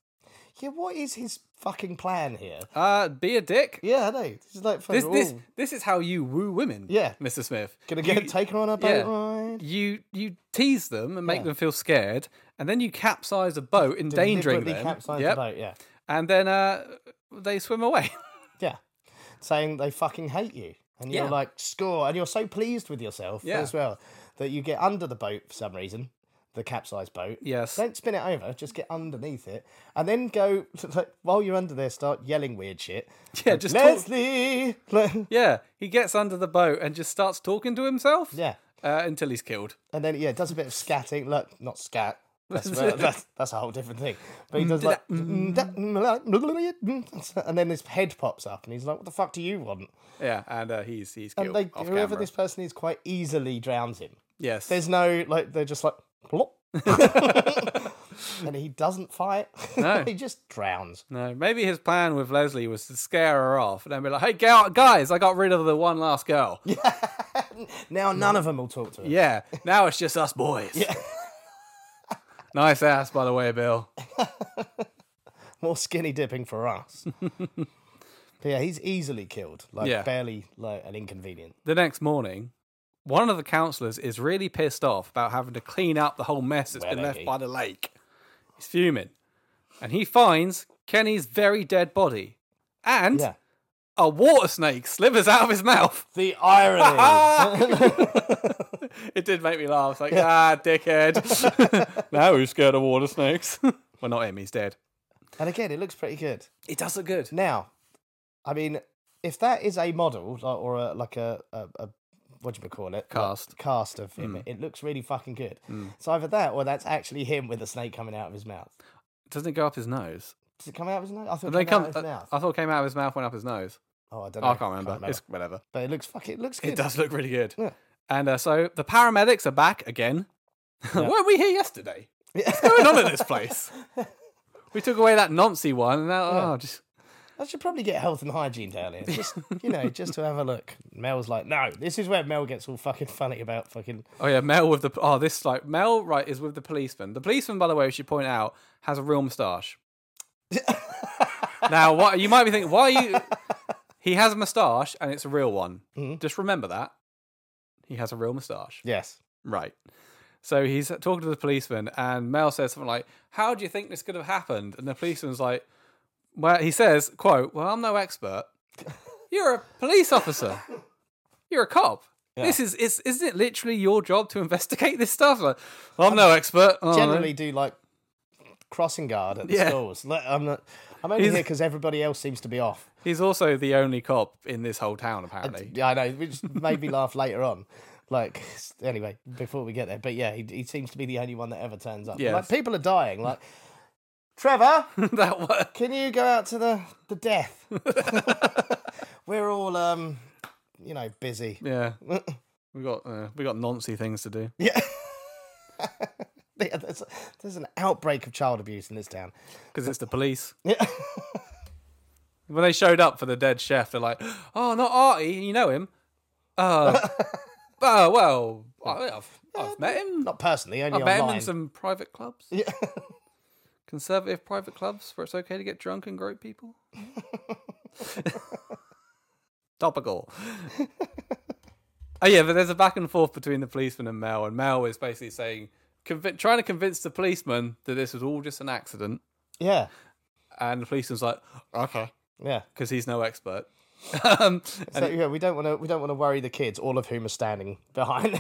B: yeah. What is his fucking plan here?
A: Uh, be a dick.
B: Yeah, I know. This is like
A: This,
B: fucking-
A: this,
B: ooh,
A: this is how you woo women.
B: Yeah.
A: Mr. Smith.
B: gonna get
A: you,
B: taken on a boat
A: yeah.
B: ride.
A: You you tease them and make them feel scared, and then you capsize a boat, endangering
B: Deliberately
A: them.
B: capsize
A: Yep.
B: the boat. Yeah,
A: And then uh, they swim away. (laughs)
B: yeah, saying they fucking hate you, and you're
A: Yeah.
B: like score, and you're so pleased with yourself
A: Yeah.
B: as well that you get under the boat for some reason, the capsized boat.
A: yes.
B: Don't spin it over, just get underneath it, and then go (laughs) like, while you're under there, start yelling weird shit.
A: Yeah. (laughs) Just talk-
B: Leslie, (laughs) Like-
A: yeah. He gets under the boat and just starts talking to himself.
B: yeah,
A: Uh, until he's killed.
B: and then yeah, does a bit of scatting. Look, not scat. That's,
A: (laughs)
B: that's that's a whole different thing. But
A: Mm,
B: he does like, (laughs) and then his head pops up, and he's like, "What the fuck do you want?"
A: Yeah, and uh, he's he's
B: And
A: killed
B: they,
A: off
B: whoever
A: camera.
B: this person is, quite easily drowns him.
A: yes,
B: There's no like they're just like plop,
A: (laughs)
B: (laughs) and he doesn't fight.
A: No.
B: (laughs) he just drowns.
A: no. Maybe his plan with Leslie was to scare her off and then be like, "Hey, gu- guys, I got rid of the one last girl. Yeah,
B: Now none of them will talk to him.
A: now it's just us boys." (laughs) nice ass, by the way, Bill.
B: More skinny dipping for us.
A: (laughs)
B: but yeah, he's easily killed. Like
A: Yeah.
B: barely like an inconvenience.
A: The next morning, one of the counselors is really pissed off about having to clean up the whole mess that's
B: Well,
A: been left
B: okay.
A: by the lake. He's fuming, and he finds Kenny's very dead body and
B: Yeah.
A: a water snake slivers out of his mouth. Ah!
B: The Oh.
A: (laughs)
B: irony.
A: It did make me laugh. It's like, ah, dickhead. now who's scared of water snakes? (laughs) well, not him. He's dead.
B: and again, it looks pretty good.
A: It does look good.
B: Now, I mean, if that is a model like, or a, like a, a, a what do you call it?
A: Cast.
B: Like, cast of
A: Mm.
B: him. It looks really fucking good. It's either that or that's actually him with a snake coming out of his mouth.
A: Doesn't it go up his nose?
B: Does it come out of his mouth? I thought
A: They
B: it came
A: come.
B: out of his
A: I-
B: mouth.
A: I thought it came out of his mouth, went up his nose.
B: oh, I don't know.
A: Oh, I can't remember. It's whatever.
B: But it looks fucking. It looks good.
A: It does look really good.
B: Yeah.
A: And uh, so the paramedics are back again. (laughs) Weren't we here yesterday? What's going on in
B: (laughs)
A: this place? We took away that Nancy one, and now oh, just
B: I should probably get health and hygiene down here. Just you know, just to have a look. Mel's like, no, this is where Mel gets all fucking funny about fucking
A: oh yeah, Mel with the oh this like Mel right is with the policeman. The policeman, by the way, we should point out has a real
B: (laughs)
A: moustache. now, what you might be thinking, why are you? He has a moustache, and it's a real one.
B: Mm-hmm.
A: Just remember that he has a real moustache.
B: Yes.
A: Right. So he's talking to the policeman, and Mel says something like, "How do you think this could have happened?" And the policeman's like, "Well, he says, quote, well, I'm no expert. You're a police officer. You're a cop. This is, is isn't it literally your job to investigate this stuff? Like, well, I'm no expert. Oh, no.
B: Generally do like crossing guard at the
A: Yeah.
B: schools. Look, I'm not I'm only here
A: He's-
B: 'cause here because everybody else seems to be off.
A: he's also the only cop in this whole town,
B: (laughs)
A: apparently. (laughs)
B: Yeah, I know, which made me laugh later on. Like anyway, before we get there. But yeah, he, he seems to be the only one that ever turns up.
A: Yes.
B: Like people are dying. Like Trevor,
A: that one.
B: can you go out to the, the death?
A: (laughs)
B: We're all um you know, busy.
A: Yeah, we got uh, we got Nancy things to do.
B: Yeah. (laughs) Yeah, there's, there's an outbreak of child abuse in this town. (laughs)
A: because it's the police. when they showed up for the dead chef, they're like, "Oh, not Artie. You know him?
B: (laughs)
A: Uh, uh well, I, I've I've met him.
B: Not personally, only
A: I've met him
B: online.
A: in some private clubs. Yeah. Conservative private clubs where it's okay to get drunk and grope
B: (laughs)
A: people. Topical. oh yeah, but there's a back and forth between the policeman and Mel, and Mel is basically saying, convi- trying to convince the policeman that this was all just an accident.
B: Yeah,
A: And the policeman's like, okay,
B: yeah.
A: because he's no expert. (laughs) um,
B: So, yeah, we don't want to. We don't want to worry the kids, all of whom are standing behind. (laughs)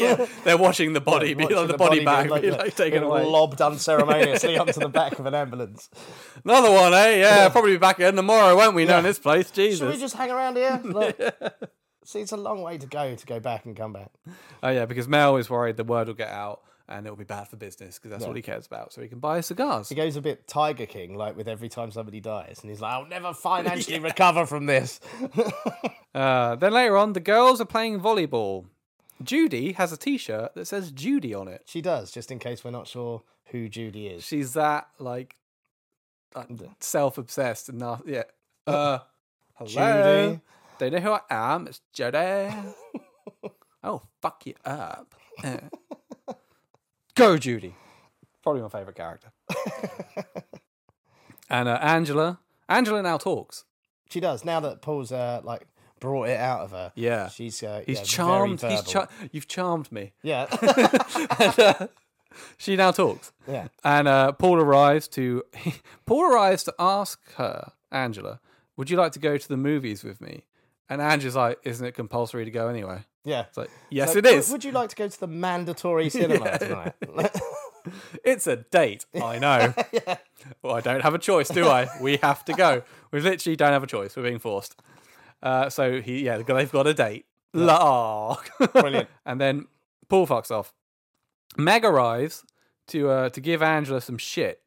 A: yeah, they're watching the body, be
B: Watching
A: like the, body,
B: being,
A: bag, be like, taken
B: being
A: away.
B: lobbed unceremoniously onto (laughs) the back of an ambulance.
A: Another one, eh? Yeah, probably be back again tomorrow, won't we? Knowing this place,
B: Should we
A: Jesus.
B: just hang
A: (laughs)
B: around here? Look. See, it's a long way to go to go back and come back.
A: Oh yeah, because Mel is worried the word will get out and it'll be bad for business because that's all he cares about. So he can buy cigars.
B: He goes a bit Tiger King, like with every time somebody dies, and he's like, "I'll
A: (laughs)
B: never financially recover from this."
A: Uh, then later on, the girls are playing volleyball. Judy has a T-shirt that says Judy on it.
B: She does, just in case we're not sure who Judy is.
A: She's that like, like self-obsessed and nar- yeah. Uh, hello.
B: Judy.
A: They know who I am. It's Jedi. oh, fuck you up. Uh. Go, Judy. Probably my favourite character. (laughs) and uh, Angela. Angela now talks.
B: She does. Now that Paul's uh, like brought it out of her.
A: Yeah.
B: she's. Uh,
A: He's
B: yeah, very
A: charmed. He's
B: verbal.
A: char- You've charmed me. (laughs)
B: Yeah.
A: And, uh, she now talks.
B: Yeah.
A: And uh, Paul arrives to (laughs) Paul arrives to ask her, Angela, would you like to go to the movies with me? And Angela's like, isn't it compulsory to go anyway?
B: Yeah.
A: It's like, yes,
B: Like,
A: it is.
B: "Would- Would you like to go to
A: (laughs)
B: the mandatory cinema tonight? (laughs)
A: It's a date. (laughs) I know. Well, I don't have a choice, do I? We have to go. We literally don't have a choice. We're being forced. Uh, so he, yeah, they've got a date. La. ah. (laughs)
B: Brilliant.
A: and then Paul fucks off. Meg arrives to uh, to give Angela some shit,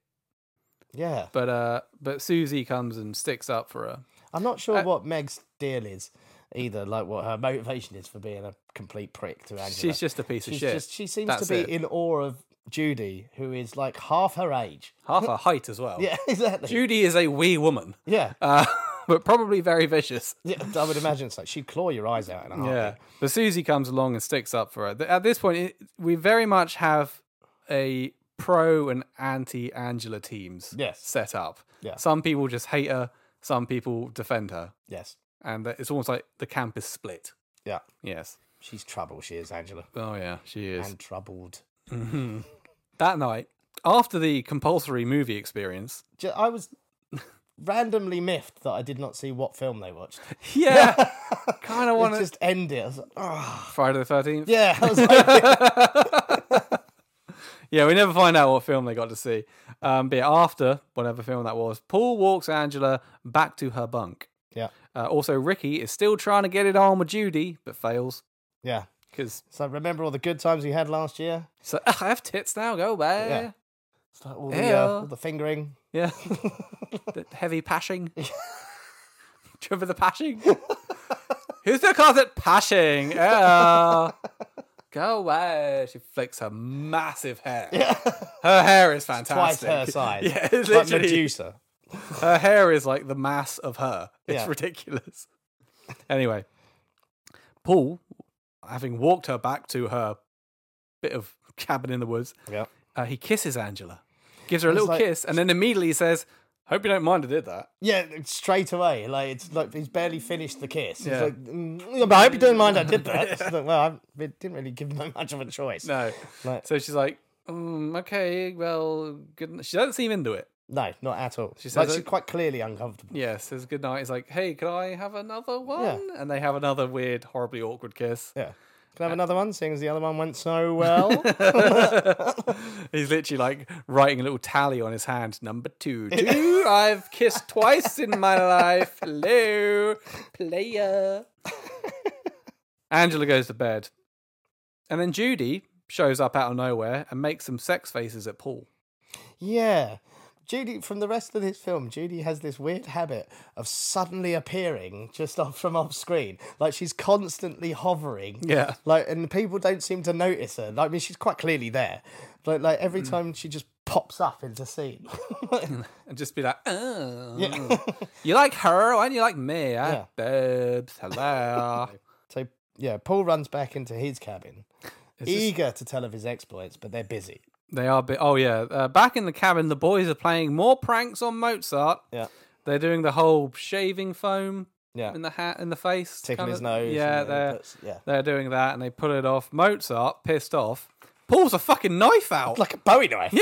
B: Yeah.
A: but uh, but Susie comes and sticks up for her.
B: I'm not
A: Uh,
B: sure what Meg's deal is either, like what her motivation is for being a complete prick to Angela.
A: She's just a piece of
B: She's
A: shit.
B: just- she seems
A: That's
B: to be
A: it.
B: in awe of Judy, who is like half her age. (laughs)
A: half her height as well.
B: Yeah, exactly.
A: Judy is a wee woman, (laughs)
B: yeah.
A: uh, but probably very vicious.
B: yeah, I would imagine so. She'd claw your eyes out in a heartbeat.
A: Yeah, but Susie comes along and sticks up for her. Th- At this point, it, we very much have a pro and anti Angela teams
B: Yes.
A: set up.
B: Yeah.
A: Some people just hate her, some people defend her,
B: Yes.
A: and th- it's almost like the camp is split.
B: Yeah.
A: Yes.
B: She's trouble. She is Angela,
A: Oh yeah, she is.
B: and troubled.
A: that night, after the compulsory movie experience,
B: Ju-
A: (laughs)
B: I was randomly miffed that I did not see what film
A: (laughs)
B: they watched.
A: yeah, kind of
B: Let's
A: want to
B: just end it. I
A: (laughs)
B: was like, oh.
A: Friday the Thirteenth.
B: Yeah, (laughs) I was like,
A: Yeah, we never find out what film they got to see. Um, but yeah, after whatever film that was, Paul walks Angela back to her bunk.
B: yeah,
A: Uh, also, Ricky is still trying to get it on with Judy, but fails Uh,
B: yeah.
A: because
B: So remember all the good times we had last year?
A: so (laughs) I have tits now. Go away.
B: It's like all the, uh,
A: Ew.
B: all
A: (laughs)
B: the fingering.
A: Yeah, the heavy pashing. (laughs) (laughs) Trevor the pashing. Who's the closet pashing? Yeah. Oh. Go away. She flicks her massive hair. Her hair is
B: Twice
A: fantastic. (laughs)
B: her size.
A: Yeah,
B: It's
A: it's
B: like
A: literally-
B: Medusa.
A: her hair is like the mass of her. It's
B: Yeah. (laughs)
A: ridiculous. Anyway, Paul, having walked her back to her bit of cabin in the woods,
B: Yeah.
A: uh, he kisses Angela, gives her a little
B: like-
A: kiss, and then immediately says, "Hope you don't mind I did that."
B: Yeah, straight away. Like it's like he's barely finished the kiss.
A: Yeah.
B: He's like, mm, yeah, but I hope you don't mind I did that. It's like, well, I it didn't really give him much of a choice.
A: No.
B: (laughs) Like-
A: So she's like, "Mm, "Okay, well, good." n-" She doesn't seem into it.
B: No, not at all. She's
A: says
B: like,
A: it-
B: she's quite clearly uncomfortable.
A: Yeah, says good night. He's like, "Hey, can I have another one?" And they have another weird, horribly awkward kiss. (laughs)
B: Yeah. Can I have another one, seeing as the other one went so well?
A: He's literally like writing a little tally on his hand. Number
B: (laughs)
A: two, two. I've kissed twice in my life. Hello,
B: (laughs)
A: player. Angela goes to bed, and then Judy shows up out of nowhere and makes some sex faces at Paul.
B: yeah. Judy, from the rest of this film, Judy has this weird habit of suddenly appearing just off from off screen. Like she's constantly hovering.
A: Yeah.
B: Like, and people don't seem to notice her. Like, I mean, she's quite clearly there. But like every
A: Mm.
B: time she just pops up into scene.
A: (laughs)
B: (laughs)
A: And just be like, oh, you like her? Why don't you like me? Yeah.
B: Yeah.
A: Babes,
B: (laughs)
A: hello.
B: so yeah, Paul runs back into his cabin, eager to tell of his exploits, but they're busy.
A: They are bit. Oh yeah, uh, back in the cabin, the boys are playing more pranks on Mozart.
B: Yeah.
A: They're doing the whole shaving foam
B: Yeah.
A: in the hat in the face,
B: Tickling
A: kinda-
B: his nose
A: Yeah,
B: and then he
A: they're
B: puts- yeah.
A: they're doing that, and they put it off. Mozart pissed off, pulls a fucking knife out.
B: Like a Bowie knife.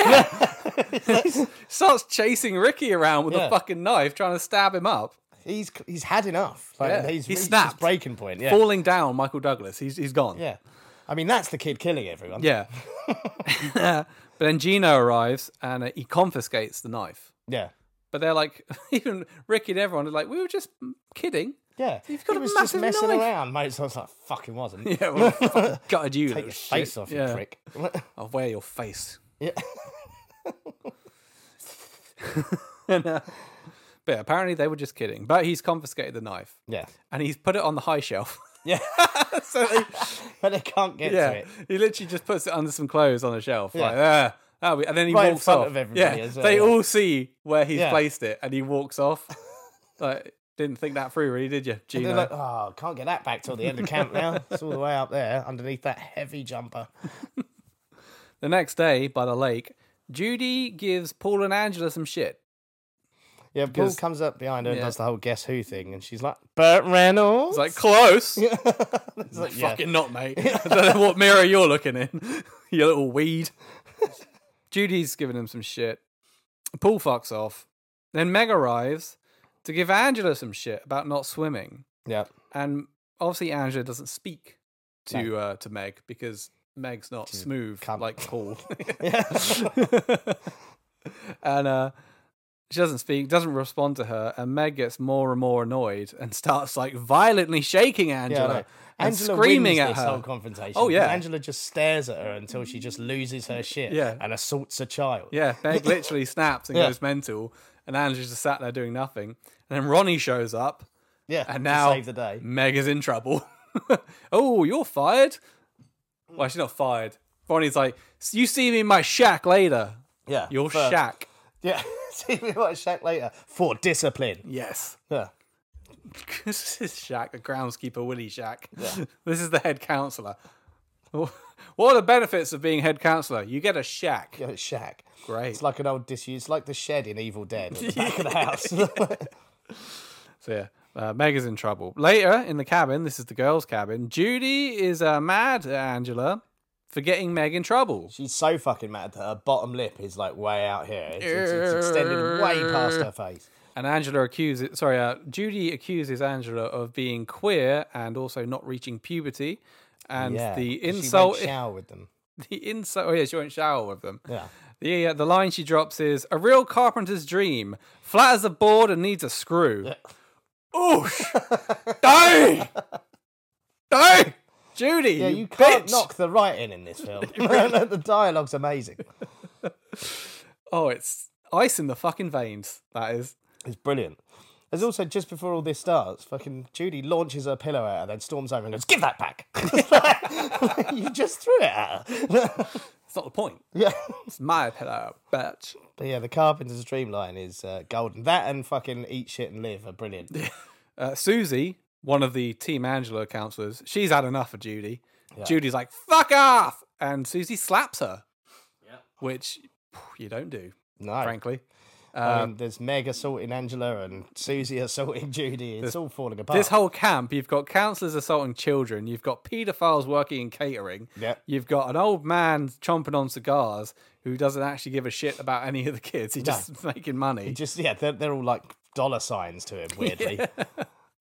A: (laughs)
B: (laughs)
A: yeah, starts chasing Ricky around with a
B: Yeah.
A: fucking knife, trying to stab him up.
B: He's he's had enough. Like,
A: Yeah.
B: He's
A: He
B: reached his
A: snapped.
B: breaking point. Yeah.
A: Falling down, Michael Douglas. He's he's gone.
B: Yeah. I mean, that's the kid killing everyone.
A: Yeah.
B: (laughs)
A: (laughs) but then Gino arrives and uh, he confiscates the knife.
B: Yeah.
A: But they're like, (laughs) even Ricky and everyone are like, we were just kidding. (laughs)
B: Yeah.
A: You've got
B: he
A: a
B: was just
A: massive
B: messing
A: knife.
B: around, mate. So I was like, fucking wasn't.
A: (laughs) Yeah,
B: (laughs)
A: well, fucking gutted you.
B: Take
A: little
B: your
A: shit.
B: face off,
A: Yeah. (laughs)
B: you prick.
A: I'll wear your face.
B: yeah.
A: (laughs) And, uh, but apparently they were just kidding. But he's confiscated the knife
B: Yeah. (laughs)
A: and he's put it on the high shelf.
B: Yeah.
A: (laughs) so they,
B: but they can't get to
A: yeah,
B: it.
A: he literally just puts it under some clothes on a shelf.
B: Yeah.
A: Like, "Ah, ah," and then he
B: Right in
A: walks
B: front
A: off.
B: of everybody
A: yeah,
B: as well,
A: they
B: yeah.
A: all see where he's
B: Yeah.
A: placed it and he walks
B: (laughs)
A: off. like, didn't think that through, really, did you, Gino?
B: They're like, oh, can't get that back till the end of
A: (laughs)
B: camp now. It's all the way up there underneath that heavy jumper.
A: The next day, by the lake, Judy gives Paul and Angela some shit.
B: Yeah, Paul
A: Because-
B: comes up behind her and
A: Yeah.
B: does the whole guess who thing, and she's like, Burt Reynolds.
A: It's like close.
B: It's like, yeah.
A: Fucking not, mate. I don't know what mirror you're looking in. (laughs) you little weed. Judy's giving him some shit. Paul fucks off. Then Meg arrives to give Angela some shit about not swimming. (laughs)
B: yeah.
A: And obviously Angela doesn't speak to uh, to Meg because Meg's not smooth
B: cunt.
A: like Paul. (laughs) and uh, she doesn't speak, doesn't respond to her, and Meg gets more and more annoyed and starts like violently shaking
B: Yeah, I
A: Angela
B: know.
A: and
B: Angela
A: screaming
B: wins
A: at
B: this
A: her.
B: whole confrontation.
A: Oh, yeah.
B: Angela just stares at her until she just loses her shit
A: Yeah.
B: and assaults a child.
A: Yeah,
B: (laughs)
A: Meg literally snaps and
B: Yeah.
A: goes mental, and Angela's just sat there doing nothing. And then Ronnie shows up,
B: yeah.
A: and
B: to
A: now
B: save the day.
A: Meg is in trouble. (laughs) oh, you're fired. Well, she's not fired. Ronnie's like, "S- you see me in my shack later.
B: Yeah,
A: Your
B: for-
A: shack.
B: Yeah, (laughs) see me watch Shaq later for discipline.
A: Yes.
B: Yeah,
A: (laughs) this is Shaq, the groundskeeper Willie Shaq. (laughs) This is the head counselor. (laughs) What are the benefits of being head counselor? You get a shack.
B: yeah, Shaq.
A: Great.
B: It's like an old disused, it's like the shed in Evil Dead at the back
A: (laughs)
B: of the house.
A: So yeah, uh, Meg is in trouble. Later in the cabin, this is the girls' cabin. Judy is uh, mad at Angela for getting Meg in trouble.
B: She's so fucking mad that her bottom lip is like way out here. It's, it's, it's extended way past her face.
A: And Angela accuses, sorry, uh, Judy accuses Angela of being queer and also not reaching puberty. And
B: Yeah,
A: the
B: 'cause
A: insult, (laughs)
B: She won't shower with them.
A: the insult. Oh yeah, she won't shower with them. (laughs)
B: Yeah.
A: The uh, the line she drops is a real carpenter's dream, flat as a board and needs a screw. Oosh!
B: (laughs)
A: Die! Die! Judy!
B: Yeah, you,
A: you
B: can't
A: bitch!
B: knock the writing in
A: (laughs)
B: this film. (laughs) the dialogue's amazing.
A: Oh, it's ice in the fucking veins. That is.
B: It's brilliant. There's also just (laughs) before all this starts, fucking Judy launches her pillow at her, then storms over and goes, "Give that back!" you just threw it at her. (laughs)
A: It's not the point.
B: yeah.
A: It's my pillow, bitch.
B: But yeah, the Carpenter's Dreamline is uh, golden. That and fucking Eat Shit and Live
A: (laughs)
B: are brilliant.
A: Uh, Susie, one of the Team Angela counselors, she's had enough of Judy. Judy's like, fuck off! And Susie slaps her. Which phew, you don't do,
B: No.
A: frankly.
B: I
A: Uh,
B: mean, there's Meg assaulting Angela and Susie assaulting Judy. It's all falling apart.
A: This whole camp, you've got counselors assaulting children, you've got paedophiles working in catering,
B: Yep.
A: you've got an old man chomping on cigars who doesn't actually give a shit about any of the kids. He's just (laughs) making money.
B: just yeah, they're, they're all like dollar signs to him.
A: (laughs)
B: Weirdly,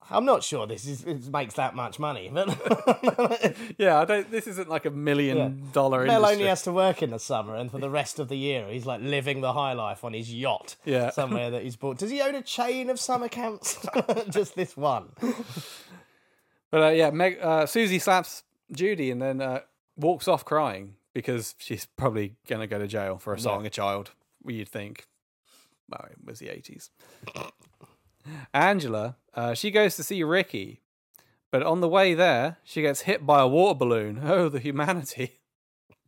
B: I'm not sure this is it makes that much money,
A: (laughs)
B: but
A: yeah, I don't. This isn't like a million dollar
B: (laughs) Mel
A: industry.
B: only has to work in the summer, and for the rest of the year, he's like living the high life on his yacht.
A: Yeah. (laughs)
B: somewhere that he's bought. Does he own a chain of summer camps? (laughs) just this one.
A: But uh, yeah, Meg, uh, Susie slaps Judy and then uh, walks off crying because she's probably going to go to jail for assaulting a child. You'd think. Well, it was the 80s. (coughs) Angela, uh, she goes to see Ricky, but on the way there, she gets hit by a water balloon. (laughs) Oh, the humanity.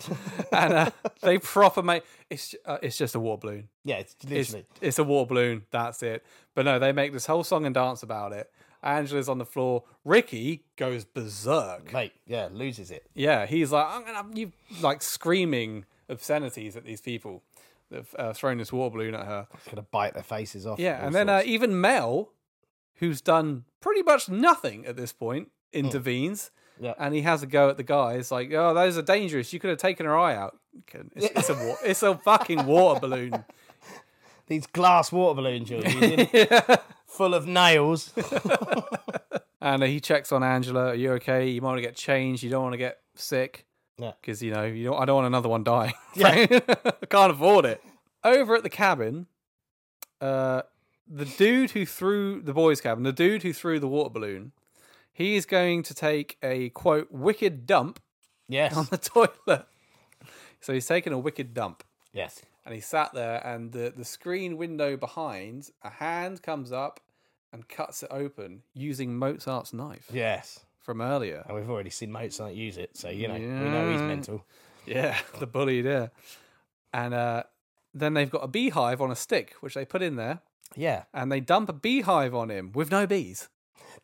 A: (laughs) and uh, they proper make it's uh, it's just a water balloon
B: Yeah, it's
A: it's,
B: literally.
A: it's a water balloon. That's it. But no, they make this whole song and dance about it. Angela's on the floor. Ricky goes berserk.
B: Mate, yeah, loses it.
A: Yeah, he's like, I'm gonna, you like screaming obscenities at these people that have uh, thrown this water balloon at her.
B: Gonna bite their faces off.
A: Yeah,
B: all
A: and then uh,
B: sorts.
A: even Mel, who's done pretty much nothing at this point, intervenes.
B: Hmm. Yeah.
A: And he has a go at the guys, like, "Oh, those are dangerous. You could have taken her eye out. You couldn't. It's, it's a wa- it's a fucking water balloon."
B: these glass water
A: (laughs)
B: balloon Judy, full of nails.
A: And he checks on Angela. Are you okay? You might want to get changed. You don't want to get sick.
B: Yeah.
A: Because you know you don't. I don't want another one dying. (laughs) Yeah. I (laughs) can't afford it. Over at the cabin, uh, the dude who threw the boys' cabin, the dude who threw the water balloon, he is going to take a quote wicked dump (laughs)
B: Yes,
A: on the toilet. So he's taking a wicked dump
B: yes.
A: and he sat there and the, the screen window behind a hand comes up and cuts it open using mozart's knife
B: Yes.
A: from earlier
B: And we've already seen Mozart use it, so you know, we know he's
A: Yeah.
B: mental.
A: yeah (laughs) the bully there and uh, then they've got a beehive on a stick which they put in there
B: Yeah.
A: and they dump a beehive on him with no bees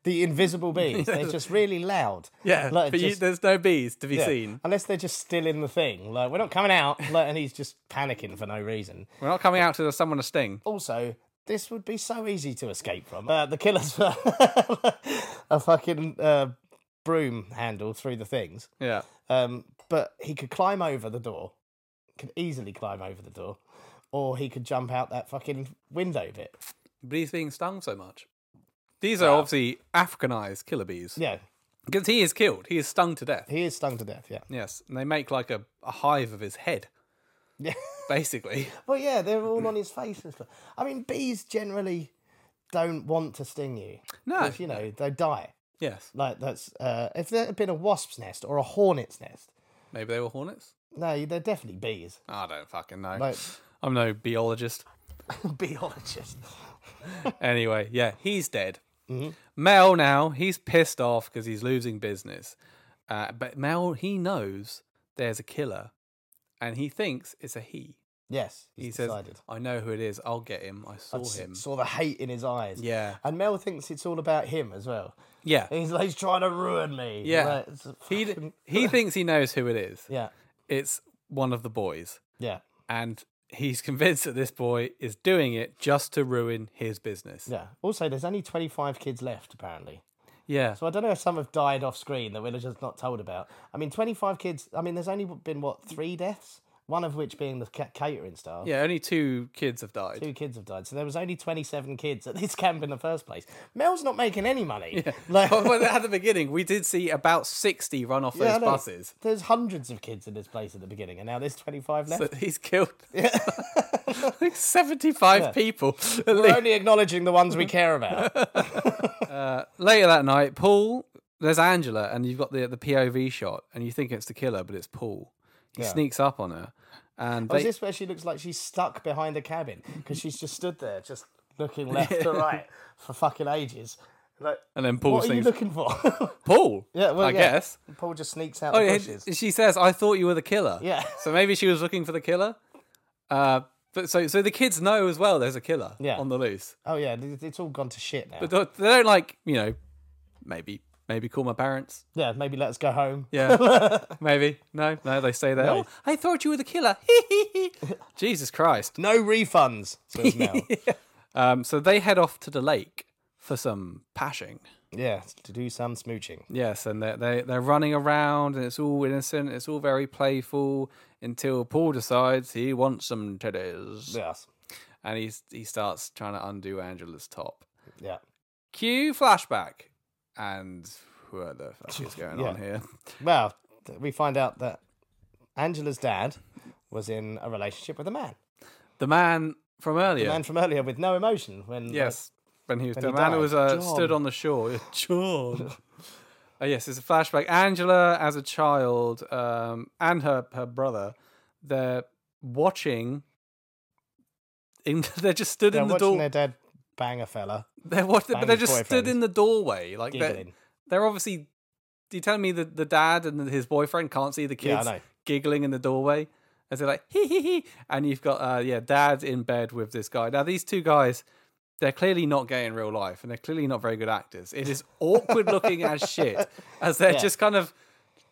B: The invisible
A: (laughs)
B: bees, they're just really loud.
A: yeah
B: Like,
A: but you,
B: just-
A: there's no bees to be
B: yeah.
A: seen
B: Unless they're just still in the thing. Like, we're not coming out. Like, and he's just panicking for no reason.
A: we're not coming out to someone to sting
B: Also, this would be so easy to escape from. Uh, the killer's (laughs) a fucking uh, broom handle through the things.
A: yeah
B: Um, but he could climb over the door, could easily climb over the door, or he could jump out that fucking window bit.
A: but he's being stung so much these are obviously africanized killer bees
B: Yeah,
A: because he is killed he is stung to death
B: he is stung to death. Yeah.
A: Yes, and they make like a, a hive of his head,
B: (laughs) Yeah.
A: basically.
B: Well, yeah, they're all on his face and stuff. I mean, bees generally don't want to sting you.
A: No.
B: 'Cause, you know they die.
A: yes,
B: Like that's uh, if there had been a wasp's nest or a hornet's nest.
A: maybe they were hornets.
B: No, they're definitely bees. (laughs)
A: I don't fucking know.
B: Like
A: I'm no biologist.
B: biologist.
A: Anyway, yeah, he's dead.
B: Mm-hmm.
A: Mel now he's pissed off because he's losing business, uh, but Mel he knows there's a killer, and he thinks it's a he.
B: Yes,
A: He
B: he's
A: says,
B: decided.
A: "I know who it is. I'll get him. I saw
B: S-
A: him."
B: Saw the hate in his eyes.
A: Yeah.
B: And Mel thinks it's all about him as well.
A: Yeah,
B: He's like, he's trying to ruin me.
A: yeah.
B: Like, it's a
A: He
B: (laughs) fucking-
A: he thinks he knows who it is.
B: yeah.
A: It's one of the boys.
B: Yeah.
A: and he's (laughs) convinced that this boy is doing it just to ruin his business.
B: Yeah. Also, there's only 25 kids left, apparently.
A: Yeah.
B: So I don't know if some have died off screen that we're just not told about. I mean, 25 kids. I mean, there's only been, what, three deaths? One of which being the ca- catering staff.
A: Yeah, only two kids have died.
B: Two kids have died. So there was only 27 kids at this (laughs) camp in the first place. Mel's not making any money. (laughs)
A: (laughs)
B: Like,
A: but, but at the beginning, we did see about 60 run off
B: Yeah, I
A: those
B: know.
A: buses.
B: There's hundreds of kids in this place at the beginning, and now there's
A: (laughs)
B: 25 left.
A: So he's killed (laughs) like 75 people. At
B: (laughs) We're
A: least.
B: only acknowledging the ones
A: (laughs)
B: we care about.
A: Later that night, Paul, there's Angela, and you've got the, the POV shot, and you think it's the killer, but it's Paul. He sneaks up on her. And
B: Oh, Is
A: they,
B: this where she looks like she's stuck
A: (laughs)
B: behind a cabin because she's just stood there, just looking left to right for fucking ages? Like,
A: And then Paul
B: what are you
A: sings,
B: looking for? (laughs)
A: Paul,
B: yeah, well,
A: I
B: yeah.
A: guess.
B: Paul just sneaks out
A: Oh,
B: the
A: yeah,
B: bushes.
A: she says, I thought you were the killer.
B: Yeah.
A: (laughs) So maybe she was looking for the killer. Uh, but so, so the kids know as well there's a killer
B: Yeah.
A: on the loose.
B: Oh yeah, it- it's all gone to shit now.
A: But they- they don't like, you know, maybe, maybe call my parents.
B: yeah, maybe let us go home.
A: Yeah, (laughs) maybe. No, no, they stay there.
B: No.
A: Oh, I thought you were the killer. (laughs) Jesus Christ.
B: No refunds. Says
A: (laughs)
B: Mel.
A: Um, so they head off to the lake for some pashing.
B: yeah, to do some smooching.
A: Yes, and they're, they they're running around and it's all innocent. It's all very playful until Paul decides he wants some titties.
B: Yes.
A: And he's, he starts trying to undo Angela's top.
B: Yeah.
A: Cue flashback. And what the (laughs) fuck is going on
B: Yeah.
A: here?
B: Well, th- we find out that Angela's dad was in a relationship with a man,
A: The man from earlier.
B: the man from earlier, with no emotion. When like,
A: Yes, when he was
B: he
A: the man who
B: died.
A: was uh,
B: John.
A: stood on the shore. (laughs) Yeah,
B: (laughs)
A: John. Uh, yes, it's a flashback. Angela, as a child, um, and her her brother, they're watching. In, (laughs) they're just stood
B: they're
A: in the
B: watching
A: door.
B: their dad bang a fella,
A: (laughs) they're watching, but
B: bang
A: they're
B: his
A: just stood
B: boyfriend.
A: in the doorway. Like they're,
B: giggling.
A: they're obviously. Do you tell me that the dad and his boyfriend can't see the
B: Yeah, I
A: kids
B: know.
A: giggling in the doorway? As they're like hee hee hee, and you've got uh, yeah, dad in bed with this guy. Now these two guys, they're clearly not gay in real life, and they're clearly not very good actors. It is awkward looking as shit, as they're
B: Yeah.
A: just kind of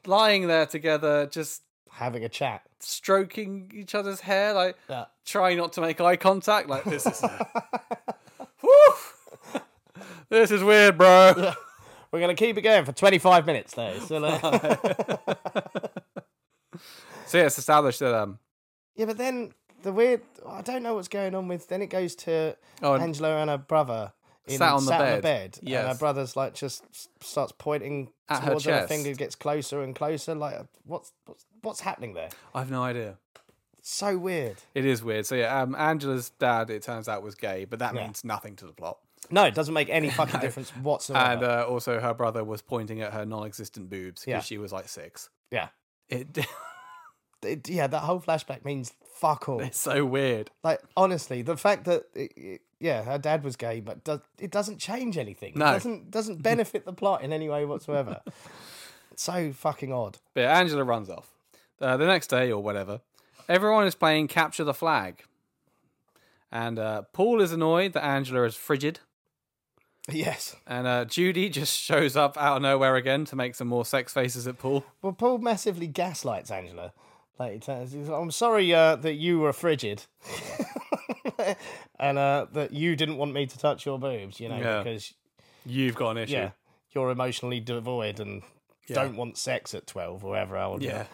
A: lying there together, just
B: having a chat.
A: stroking each other's hair, like
B: Yeah.
A: trying not to make eye contact. Like this
B: (laughs)
A: is, Whew! this is weird, bro.
B: We're gonna keep it going for 25 minutes though.
A: (laughs)
B: So like,
A: So yeah, it's established that um,
B: yeah, but then the weird. I don't know what's going on with. Then it goes to
A: Oh, and-
B: Angela and her brother. In,
A: Sat on the
B: On
A: bed.
B: the bed And her
A: Yes.
B: brother's like just s- starts pointing
A: At her
B: towards her,
A: chest.
B: finger gets closer and closer. Like what's what's, what's happening there?
A: I've no idea.
B: so weird.
A: It is weird. So yeah, um, Angela's dad, it turns out, was gay, but that means nothing to the plot.
B: No, it doesn't make
A: (laughs)
B: any fucking difference
A: And
B: whatsoever.
A: uh, also, her brother was pointing at her non-existent boobs because
B: Yeah.
A: she was like six.
B: yeah.
A: It, (laughs)
B: It- yeah, that whole flashback means
A: (laughs)
B: fuck all.
A: it's so weird.
B: Like, honestly, the fact that, it, it- yeah, her dad was gay, but does, it doesn't change anything.
A: No.
B: It doesn't, doesn't benefit the plot in any
A: (laughs)
B: way whatsoever. It's so fucking odd.
A: But Angela runs off. Uh, the next day or whatever, everyone is playing capture the flag, and uh, Paul is annoyed that Angela is frigid,
B: Yes.
A: and uh, Judy (laughs) just shows up out of nowhere again to make some more sex faces at Paul.
B: Well, Paul massively gaslights Angela. Like, he turns- he's like, I'm sorry uh, that you were frigid. (laughs) and uh, that you didn't want me to touch your boobs, you know,
A: Yeah.
B: because
A: You've got an issue.
B: yeah, you're emotionally devoid and don't want sex at 12 or whatever old you
A: Yeah.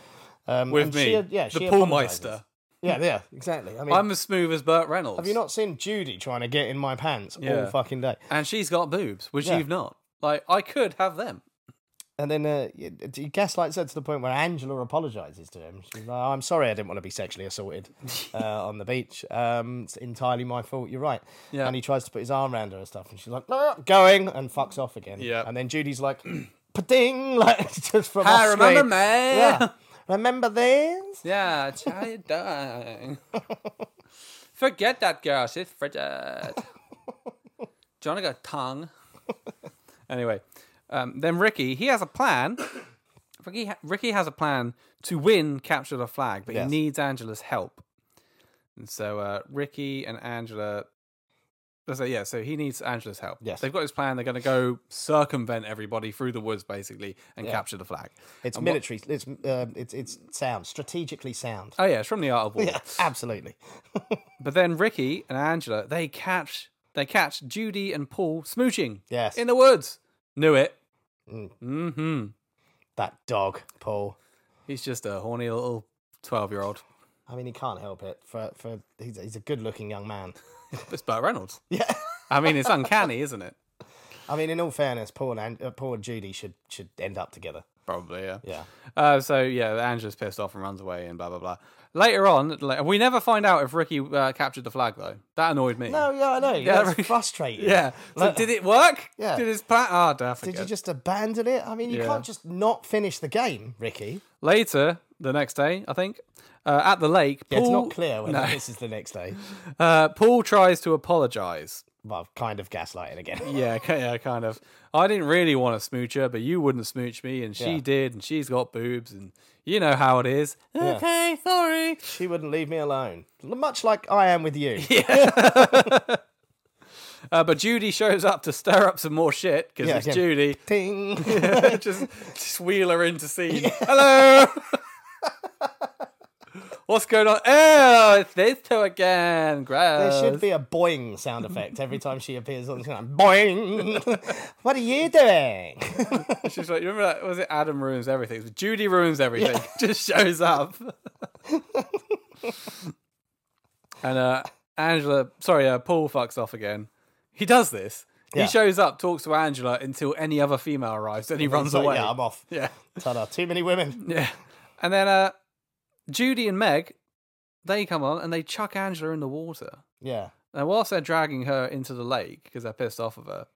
B: are. Um,
A: With
B: and
A: me,
B: she- yeah,
A: the
B: she
A: Paul
B: apologises.
A: Meister.
B: Yeah, yeah, exactly. I mean,
A: I'm as smooth as Burt Reynolds.
B: have you not seen Judy trying to get in my pants
A: Yeah.
B: all fucking day?
A: and she's got boobs, which
B: Yeah.
A: you've not. Like I could have them.
B: And then uh, y- d- Gaslight said to the point where Angela apologizes to him. She's like, "Oh, I'm sorry I didn't want to be
A: (laughs)
B: sexually assaulted uh, on the beach. Um, it's entirely my fault, you're right.
A: Yeah.
B: And he tries to put his arm around her and stuff, and she's like, "No, going, and fucks off again.
A: Yeah.
B: And then Judy's like, (clears throat) pa-ding, (laughs) like, just from
A: I
B: off screen.
A: remember me.
B: Yeah. Remember this?
A: (laughs) Yeah, it's how you
B: (laughs)
A: dying. Forget that girl. She's frigid. Do you want to go
B: (laughs)
A: tongue? Anyway, um, then Ricky, he has a plan. Ricky, ha- Ricky has a plan to win capture the flag, but
B: Yes.
A: he needs Angela's help. And so uh, Ricky and Angela. So, yeah, so he needs Angela's help.
B: Yes.
A: They've got his plan. They're going to go circumvent everybody through the woods, basically, and capture the flag.
B: It's
A: And what-
B: military. It's uh, it's it's sound, strategically sound.
A: oh, yeah, it's from the Art of War.
B: Yeah, (laughs) absolutely.
A: But then Ricky and Angela, they catch they catch Judy and Paul smooching.
B: Yes.
A: In the woods. Knew it. Mm-hmm.
B: That dog, Paul.
A: He's just a horny little twelve year old.
B: I mean, he can't help it. For for he's he's a good-looking young man.
A: It's Burt Reynolds.
B: (laughs) Yeah.
A: I mean it's uncanny, isn't it?
B: I mean, in all fairness, Paul and An- uh, Paul and Judy should should end up together.
A: Probably, yeah.
B: Yeah.
A: Uh, so yeah, Angela's pissed off and runs away and blah blah blah. Later on, like, we never find out if Ricky uh, captured the flag though. That annoyed me.
B: No, Oh, yeah, I know.
A: Yeah,
B: That's
A: right. (laughs)
B: frustrating.
A: Yeah. So did it work?
B: Yeah.
A: Did his plan? Ah, oh,
B: Did you just abandon it? I mean, you
A: Yeah.
B: can't just not finish the game, Ricky.
A: Later, the next day, I think, uh, at the lake,
B: Yeah, it's
A: Paul-
B: not clear whether
A: No.
B: this is the next day.
A: Uh, Paul tries to apologize
B: well, kind of gaslighted again.
A: (laughs) Yeah, ki- yeah, kind of. I didn't really want to smooch her, but you wouldn't smooch me, and she
B: Yeah.
A: did, and she's got boobs, and you know how it is. Okay, sorry.
B: She wouldn't leave me alone, L- much like I am with you.
A: Uh, but Judy shows up to stir up some more shit because
B: Yeah,
A: it's
B: yeah. (laughs)
A: Judy. (laughs)
B: Ting.
A: just, just wheel her into scene. Hello. (laughs) What's going on? Oh, it's these two again.
B: There
A: Gross.
B: should be a boing sound effect every time she appears on the screen. Boing! (laughs) what are you doing? (laughs)
A: She's like, you remember that? Was it Adam ruins everything? It was Judy ruins everything. (laughs) Just shows up. (laughs) and uh, Angela, sorry, uh, Paul fucks off again. He does this.
B: Yeah.
A: He shows up, talks to Angela until any other female arrives, then he runs
B: It's like,
A: away.
B: Yeah, I'm off.
A: yeah.
B: Ta-da. Too many women.
A: Yeah. And then uh Judy and Meg, they come on and they chuck Angela in the water.
B: Yeah.
A: And whilst they're dragging her into the lake because they're pissed off of her,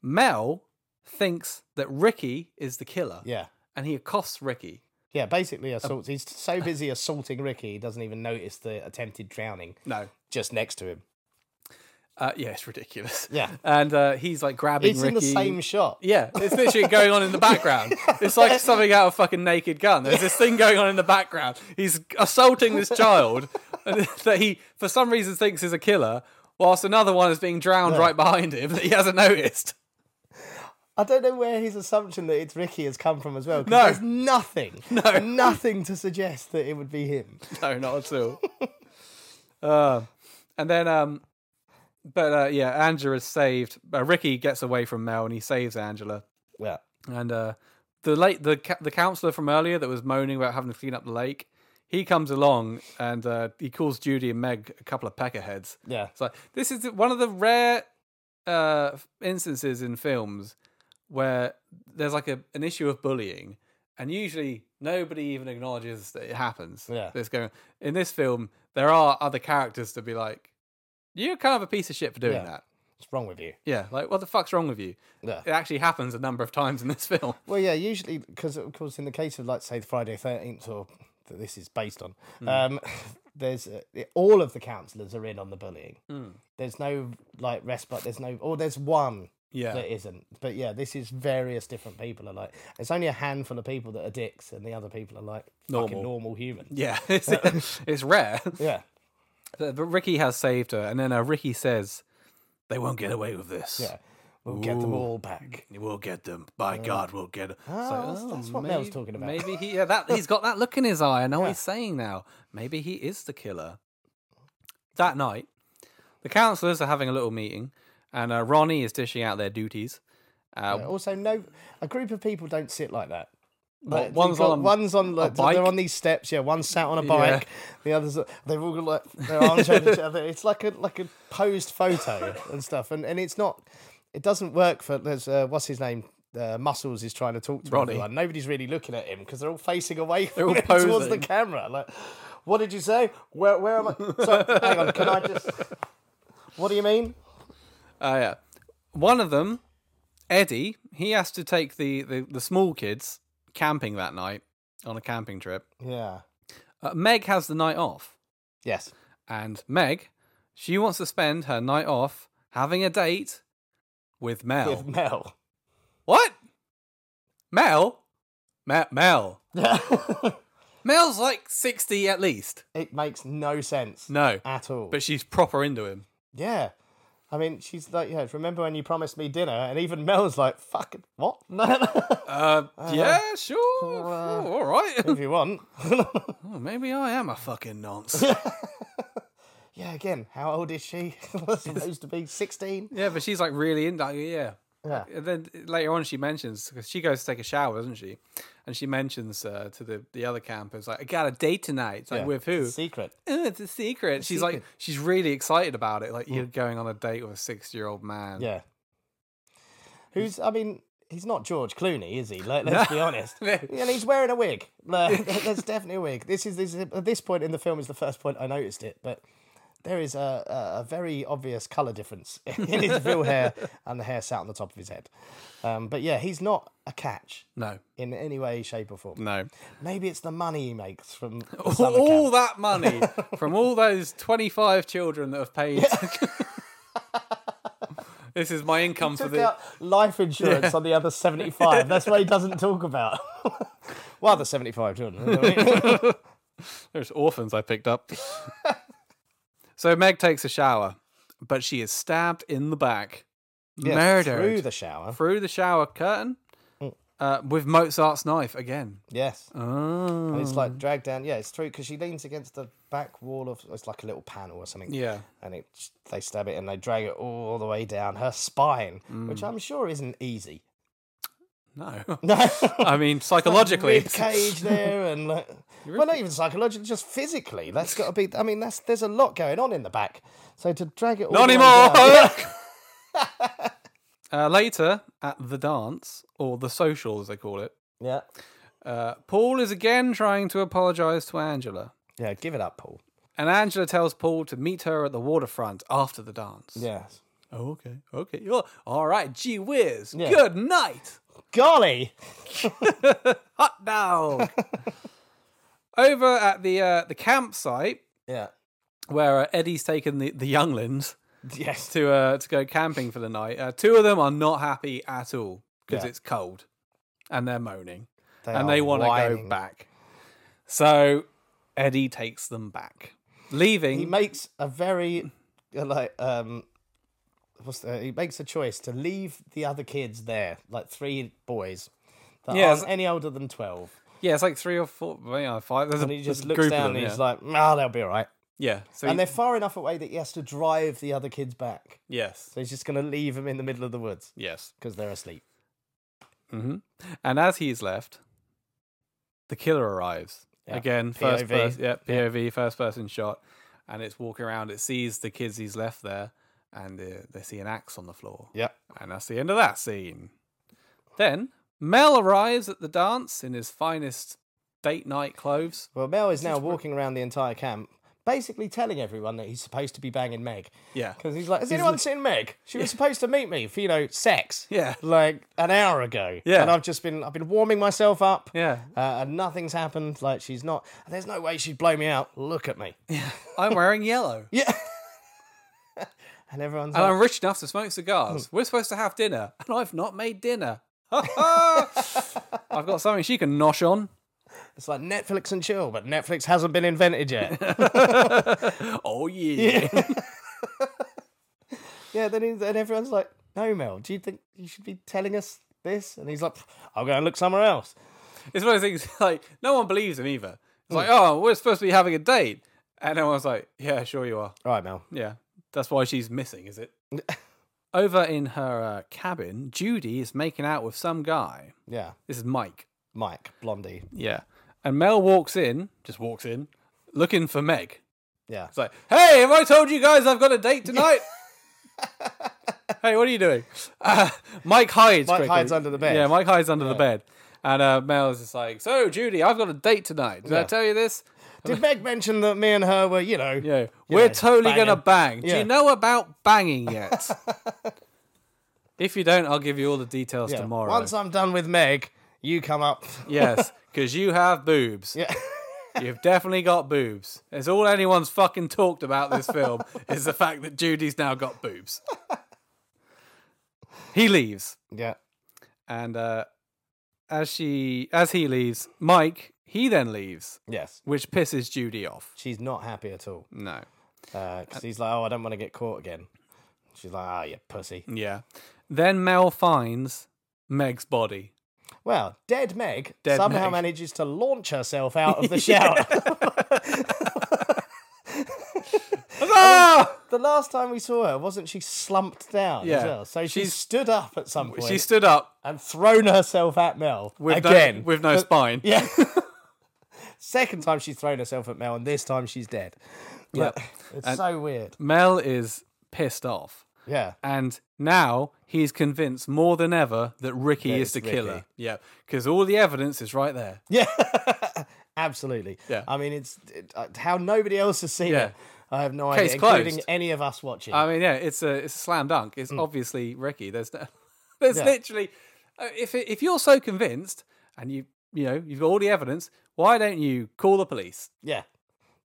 A: Mel thinks that Ricky is the killer.
B: Yeah.
A: And he accosts Ricky.
B: Yeah, basically assaults. He's so busy assaulting Ricky, he doesn't even notice the attempted drowning
A: No.
B: just next to him.
A: Uh, yeah, it's ridiculous.
B: Yeah.
A: (laughs) And uh, he's like grabbing
B: It's
A: Ricky.
B: in the same shot.
A: Yeah, it's literally going on in the background. It's like something out of fucking Naked Gun. There's this thing going on in the background. He's assaulting this child (laughs) and that he, for some reason, thinks is a killer, whilst another one is being drowned right behind him that he hasn't noticed.
B: I don't know where his assumption that it's Ricky has come from as well. 'cause
A: No.
B: There's nothing.
A: (laughs)
B: No. Nothing to suggest that it would be him.
A: No, not at all. (laughs) Uh, and then, um, but uh, yeah, Angela is saved. Uh, Ricky gets away from Mel and he saves Angela.
B: Yeah.
A: And uh, the late the ca- the counselor from earlier that was moaning about having to clean up the lake, he comes along and uh, he calls Judy and Meg a couple of peckerheads.
B: Yeah.
A: It's like this is one of the rare uh, instances in films where there's like a, an issue of bullying, and usually nobody even acknowledges that it happens.
B: Yeah.
A: That's going in this film. There are other characters to be like, you're kind of a piece of shit for doing
B: Yeah.
A: that.
B: What's wrong with you?
A: Yeah, like what the fuck's wrong with you?
B: Yeah.
A: It actually happens a number of times in this (laughs) film.
B: Well, yeah, usually because of course in the case of like say Friday Thirteenth or that this is based on,
A: Hmm.
B: um, (laughs) there's uh, all of the counsellors are in on the bullying.
A: Hmm.
B: There's no like respite. There's no or there's one
A: Yeah.
B: that isn't. But yeah, this is various different people are like. It's only a handful of people that are dicks, and the other people are like
A: Normal.
B: fucking normal humans.
A: Yeah, (laughs)
B: (laughs)
A: it's, it's rare. (laughs)
B: Yeah,
A: But, but Ricky has saved her, and then uh, Ricky says, "They won't get away with this.
B: yeah. We'll get them all back.
A: We'll get them. By God, we'll get them."
B: Oh, that's, that's what Mel's talking about.
A: Maybe he yeah, that he's got that look in his eye. I know what he's saying now. Maybe he is the killer. That night, the councillors are having a little meeting, and uh, Ronnie is dishing out their duties. Uh,
B: Also, no, a group of people don't sit like that. Like,
A: one's
B: you've got-
A: on a-
B: one's on like,
A: bike?
B: they're on these steps. Yeah, one's sat on a bike, the others are- they've all got like their arms over each other. It's like a like a posed photo and stuff, and and it's not, it doesn't work for there's uh, what's his name. Uh, muscles is trying to talk to
A: Ronnie.
B: everyone. Nobody's really looking at him because they're all facing away
A: all
B: from him towards the
A: posing.
B: camera. Like, what did you say? Where where am I? Sorry, hang on. Can I just? What do you mean?
A: Oh yeah. One of them, Eddie, he has to take the, the, the small kids camping that night on a camping trip.
B: Yeah.
A: Uh, Meg has the night off.
B: Yes.
A: And Meg, she wants to spend her night off having a date with Mel. (laughs)
B: With Mel.
A: What? Mel? Ma- Mel. Mel's like 60 at least.
B: It makes no sense.
A: No.
B: At all.
A: But she's proper into him.
B: yeah. I mean, she's like, yeah, remember when you promised me dinner? And even Mel's like, fuck, what? (laughs) No, no.
A: Uh, yeah, sure.
B: uh,
A: Oh, all right. (laughs)
B: if you want.
A: Oh, maybe I am a fucking
B: (laughs)
A: nonce.
B: yeah, again, how old is she? (laughs) supposed to be 16?
A: yeah, but she's like really into like, yeah.
B: Yeah.
A: And then later on, she mentions because she goes to take a shower, doesn't she? And she mentions uh, to the, the other campers, like, I got a date tonight. It's like,
B: Yeah.
A: with who?
B: Secret.
A: "Oh, it's a secret. Mm. she's like, she's really excited about it. Like, you're going on a date with a 60 year old man.
B: Yeah. Who's, I mean, he's not George Clooney, is he? Like, let's
A: (laughs)
B: be honest. and he's wearing a wig. Like, there's definitely a wig. This is, this is at this point in the film is the first point I noticed it, but there is a, a, a very obvious color difference (laughs) in his real hair and the hair sat on the top of his head. Um, but yeah, he's not a catch
A: No,
B: in any way, shape, or form.
A: no. Oh,
B: Maybe it's the money he makes
A: (laughs)
B: from the
A: All,
B: summer camp.
A: that (laughs) money from all those 25 children that have paid. (laughs) This is my income for
B: Took
A: the.
B: out life insurance on the other 75. That's what he doesn't talk about. (laughs) well, the 75 children. you know (laughs) what I mean?
A: There's orphans I picked (laughs) up. so Meg takes a shower, but she is stabbed in the back,
B: Yes,
A: murdered
B: Through the shower.
A: through the shower curtain uh, with Mozart's knife again.
B: Yes.
A: Oh.
B: And it's like dragged down. Yeah, it's through because she leans against the back wall of. It's like a little panel or something.
A: Yeah.
B: And it, they stab it and they drag it all the way down her spine, which I'm sure isn't easy. (laughs)
A: No.
B: No.
A: (laughs) I mean, (laughs) psychologically.
B: Rib (laughs) cage there and like, well, not even psychologically, just physically. That's got to be. I mean, that's there's a lot going on in the back. So to drag it all
A: Not
B: the way (laughs) down-
A: anymore. (laughs) uh, later at the dance or the social, as they call it,
B: Yeah.
A: uh, Paul is again trying to apologize to Angela,
B: Yeah. Give it up, Paul.
A: and Angela tells Paul to meet her at the waterfront after the dance.
B: Yes.
A: Oh, okay, okay. Oh, all right. Gee whiz.
B: Yeah.
A: Good night.
B: Golly.
A: Hot (laughs) dog. Over at the uh, the campsite
B: Yeah.
A: where uh, Eddie's taken the the younglings.
B: Yes.
A: to uh, to go camping for the night. Uh, two of them are not happy at all because
B: Yeah.
A: it's cold, and they're moaning,
B: They
A: and
B: are
A: they want to go
B: whining.
A: back. So Eddie takes them back,
B: He
A: leaving.
B: makes a very uh, like um. What's the, he makes a choice to leave the other kids there, like three boys that
A: Yeah, it's-
B: aren't any older than twelve.
A: yeah, it's like three or four, well, yeah, five. There's
B: And
A: a
B: he just
A: there's a
B: looks
A: group
B: down
A: of them,
B: and
A: yeah.
B: he's like, "Ah, they'll be all right."
A: yeah. So
B: And
A: he-
B: they're far enough away that he has to drive the other kids back.
A: yes,
B: So he's just going to leave them in the middle of the woods
A: yes.
B: because they're asleep.
A: hmm And as he's left, the killer arrives.
B: Yeah.
A: Again, first
B: POV.
A: person, yeah, POV, first person shot, and it's walking around. It sees the kids he's left there, and uh, they see an axe on the floor.
B: Yep.
A: And that's the end of that scene. Then Mel arrives at the dance in his finest date night clothes.
B: Well, Mel is now walking around the entire camp, basically telling everyone that he's supposed to be banging Meg.
A: Yeah.
B: Because he's like, has anyone seen Meg? She was supposed to meet me for, you know, sex.
A: Yeah.
B: Like an hour ago.
A: Yeah.
B: And I've just been, I've been warming myself up.
A: Yeah.
B: Uh, and nothing's happened. Like she's not, there's no way she'd blow me out. Look at me.
A: I'm wearing (laughs) yellow.
B: Yeah. and everyone's
A: And
B: like,
A: I'm rich enough to smoke cigars. We're supposed to have dinner, and I've not made dinner. (laughs) I've got something she can nosh on.
B: it's like Netflix and chill, but Netflix hasn't been
A: (laughs)
B: invented yet.
A: Oh yeah.
B: Yeah, then he's, and everyone's like, "No, Mel, do you think you should be telling us this?" And he's like, "I'll go and look somewhere else."
A: (laughs) It's one of those things (laughs) like no one believes him either. It's like, oh, we're supposed to be having a date. And everyone's like, Yeah, sure you are.
B: All right, Mel.
A: Yeah, that's why she's missing,
B: (laughs)
A: is it? Over in her uh, cabin, Judy is making out with some guy.
B: Yeah,
A: This is Mike.
B: Mike, Blondie.
A: Yeah. And Mel walks in, just walks in, looking for Meg.
B: Yeah,
A: It's like, hey, have I told you guys I've got a date
B: (laughs)
A: tonight? hey, what are you doing? Uh, Mike hides.
B: Mike
A: quickly.
B: hides under the bed.
A: Yeah, Mike hides under the bed. And uh, Mel's just like, so, Judy, I've got a date tonight. Did I
B: Yeah.
A: tell you this?
B: did Meg mention that me and her were, you know,
A: Yeah,
B: you
A: we're
B: know,
A: totally
B: banging?
A: gonna bang. Do
B: Yeah.
A: you know about banging
B: (laughs)
A: yet? if you don't, I'll give you all the details
B: Yeah.
A: tomorrow.
B: Once I'm done with Meg, you come up.
A: yes, because you have boobs.
B: Yeah.
A: (laughs) You've definitely got boobs. It's all anyone's fucking talked about this
B: (laughs)
A: film is the fact that Judy's now got boobs. He leaves,
B: yeah,
A: and uh, as she as he leaves, Mike he then leaves,
B: yes.
A: which pisses Judy off.
B: She's not happy at all
A: No,
B: because
A: Uh,
B: he's like, "Oh, I don't want to get caught again." She's like, "Ah, you pussy."
A: yeah. Then Mel finds Meg's body.
B: Well, dead Meg
A: Dead
B: somehow
A: Meg.
B: manages to launch herself out
A: (laughs)
B: of the shower.
A: Ah!
B: (laughs) The last time we saw her, wasn't she slumped down
A: Yeah.
B: as well? So she
A: She's-
B: stood up at some point
A: She stood up
B: and thrown herself at Mel
A: with
B: again.
A: no, with no spine. (laughs)
B: yeah. Second time she's thrown herself at Mel, and this time she's dead. But It's so weird.
A: Mel is pissed off,
B: Yeah.
A: and now he's convinced more than ever that Ricky
B: That
A: is
B: it's
A: the
B: Ricky.
A: killer. Yeah, because all the evidence is right there.
B: Yeah. (laughs) Absolutely.
A: Yeah.
B: I mean, it's it, uh, how nobody else has seen
A: Yeah.
B: it. I have no
A: Case
B: idea, including
A: closed. Uh,
B: any of us watching.
A: I mean, yeah, it's a it's a slam dunk. It's obviously Ricky. There's no, (laughs) there's
B: Mm. Yeah.
A: literally uh, if if you're so convinced and you you know you've got all the evidence, why don't you call the police?
B: yeah.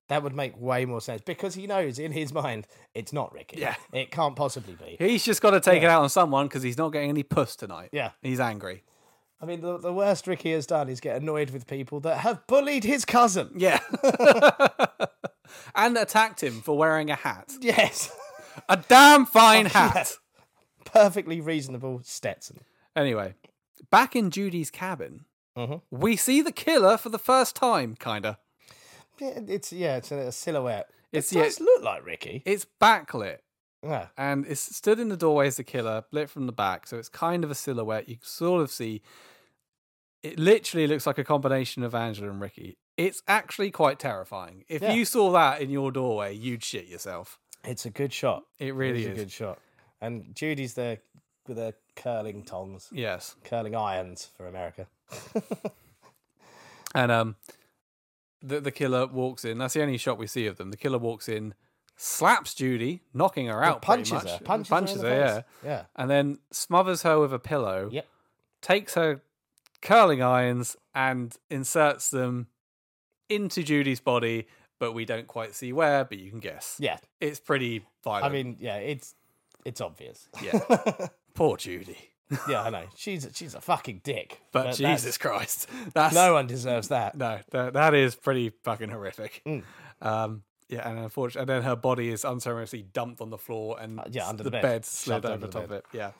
B: That would make way more sense because he knows in his mind it's not Ricky.
A: Yeah.
B: It can't possibly be.
A: He's just got to take it out on someone because he's not getting any puss tonight.
B: Yeah.
A: He's angry.
B: I mean, the, the worst Ricky has done is get annoyed with people that have bullied his
A: (laughs)
B: cousin. (laughs)
A: Yeah. and attacked him for wearing a hat.
B: Yes.
A: A damn
B: Oh,
A: fine hat.
B: Perfectly reasonable Stetson.
A: Anyway, back in Judy's cabin,
B: Mm-hmm.
A: we see the killer for the first time, kinda.
B: Yeah, It's yeah, it's a, a silhouette.
A: It's
B: it
A: yeah,
B: does look like Ricky.
A: it's backlit
B: Yeah.
A: and it's stood in the doorway as the killer, lit from the back, so it's kind of a silhouette. You can sort of see it literally looks like a combination of Angela and Ricky. It's actually quite terrifying. If
B: Yeah.
A: you saw that in your doorway, you'd shit yourself.
B: It's a good shot.
A: It really
B: It's
A: is.
B: a good shot. And Judy's there with her curling tongs,
A: Yes.
B: curling irons for America.
A: And um the the killer walks in. That's the only shot we see of them. The killer walks in, slaps Judy, knocking her out. pretty
B: punches
A: much.
B: her. Punches, her. in the
A: yeah.
B: face. Yeah.
A: And then smothers her with a pillow.
B: Yep.
A: Takes her curling irons and inserts them into Judy's body, but we don't quite see where, but you can guess.
B: Yeah.
A: It's pretty violent.
B: I mean, yeah, it's it's obvious. (laughs)
A: yeah. Poor Judy.
B: yeah, I know. She's a, she's a fucking dick.
A: (laughs) But
B: that's-
A: Jesus Christ. That's
B: no one deserves that.
A: No, that, that is pretty fucking horrific.
B: Mm.
A: Um, yeah, and unfortunately, and then her body is unceremoniously dumped on the floor, and
B: Uh, yeah,
A: s-
B: under
A: the
B: the bed,
A: slid
B: shoved
A: over
B: under the
A: top of
B: bed.
A: it. Yeah.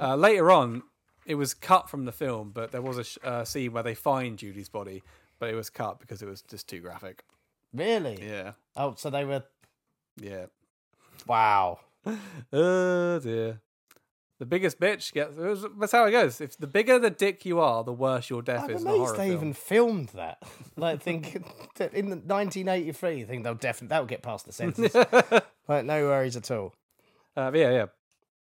A: Uh, later on, it was cut from the film, but there was a sh- uh, scene where they find Judy's body, but it was cut because it was just too graphic.
B: Really?
A: Yeah,
B: Oh, so they were.
A: yeah.
B: Wow.
A: Oh dear. The biggest bitch gets. it was- That's how it goes. If the bigger the dick you are, the worse your death
B: I'm
A: is.
B: amazed
A: in a horror
B: they
A: film.
B: even filmed that. Like, thinking (laughs) that in the 1983, you think they'll definitely that'll get past
A: (laughs)
B: the censors. like, no worries at all.
A: Uh, but yeah, yeah.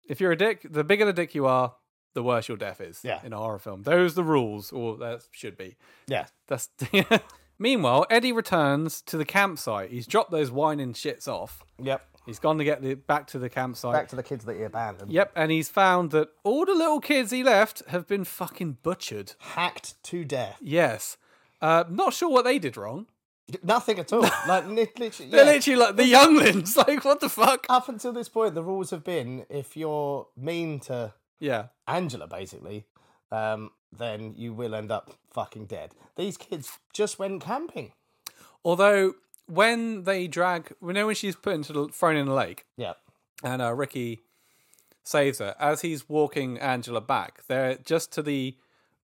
A: If you're a dick, the bigger the dick you are, the worse your death is.
B: Yeah.
A: In a horror film, those are the rules, or that should be.
B: Yeah.
A: That's. (laughs) Meanwhile, Eddie returns to the campsite. He's dropped those whining shits off.
B: Yep.
A: He's gone to get the, back to the campsite.
B: Back to the kids that he abandoned.
A: Yep, and he's found that all the little kids he left have been fucking butchered.
B: Hacked to death.
A: Yes. Uh, not sure what they did wrong. (laughs)
B: Nothing at all. like, li- literally.
A: They're
B: yeah.
A: literally like the younglings. (laughs) Like, what the fuck?
B: Up until this point, the rules have been if you're mean to
A: Yeah.
B: Angela, basically, um, then you will end up fucking dead. These kids just went camping.
A: Although, when they drag, we know when she's put into the, thrown in the lake,
B: Yeah.
A: and uh, Ricky saves her. As he's walking Angela back, there just to the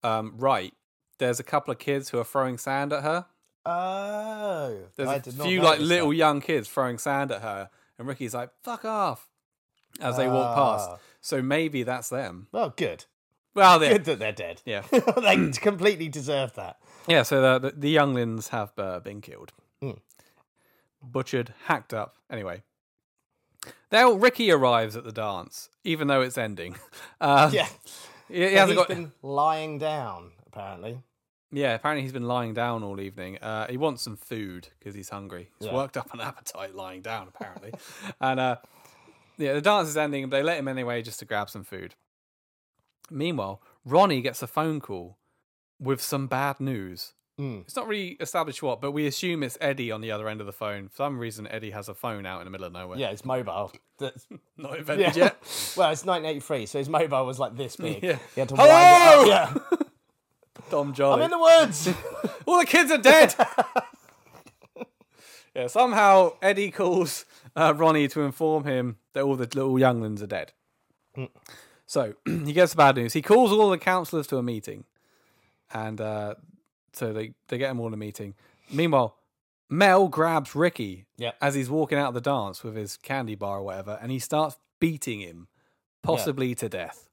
A: um, right, there's a couple of kids who are throwing sand at her.
B: Oh,
A: There's
B: I
A: a
B: did not
A: few like
B: notice
A: little
B: that.
A: young kids throwing sand at her, and Ricky's like, "Fuck off!" as they walk past.
B: Ah.
A: So maybe that's them.
B: Well, good.
A: Well, they
B: Good that they're dead.
A: (laughs) yeah,
B: (laughs) they completely
A: (laughs)
B: deserve that.
A: yeah. So the the, the younglings have uh, been killed,
B: Hmm.
A: butchered, hacked up. Anyway. Now Ricky arrives at the dance, even though it's ending. (laughs) Uh,
B: Yeah.
A: he, he
B: But
A: hasn't
B: he's
A: got
B: been lying down, apparently.
A: Yeah, apparently he's been lying down all evening. Uh, he wants some food because he's hungry. He's
B: Yeah.
A: worked up an appetite lying down, apparently. (laughs) and uh, yeah, the dance is ending, but they let him anyway just to grab some food. Meanwhile, Ronnie gets a phone call with some bad news.
B: Mm.
A: It's not really established what, but we assume it's Eddie on the other end of the phone. For some reason, Eddie has a phone out in the middle of nowhere.
B: Yeah, it's mobile. That's-
A: Not
B: yeah.
A: invented yet.
B: well, it's 1983, so his mobile was like this
A: (laughs)
B: big.
A: Yeah.
B: He had to wind it
A: Hello! (laughs)
B: up. Yeah. (laughs)
A: Tom Jolly.
B: I'm in the
A: (laughs)
B: woods.
A: All the kids are
B: (laughs)
A: dead. yeah, somehow Eddie calls uh, Ronnie to inform him that all the little younglings are dead.
B: Mm.
A: So (clears throat) he gets the bad news. He calls all the counselors to a meeting, and uh, so they they get them all in a meeting. Meanwhile, Mel grabs Ricky
B: Yep.
A: as he's walking out of the dance with his candy bar or whatever, and he starts beating him, possibly to death.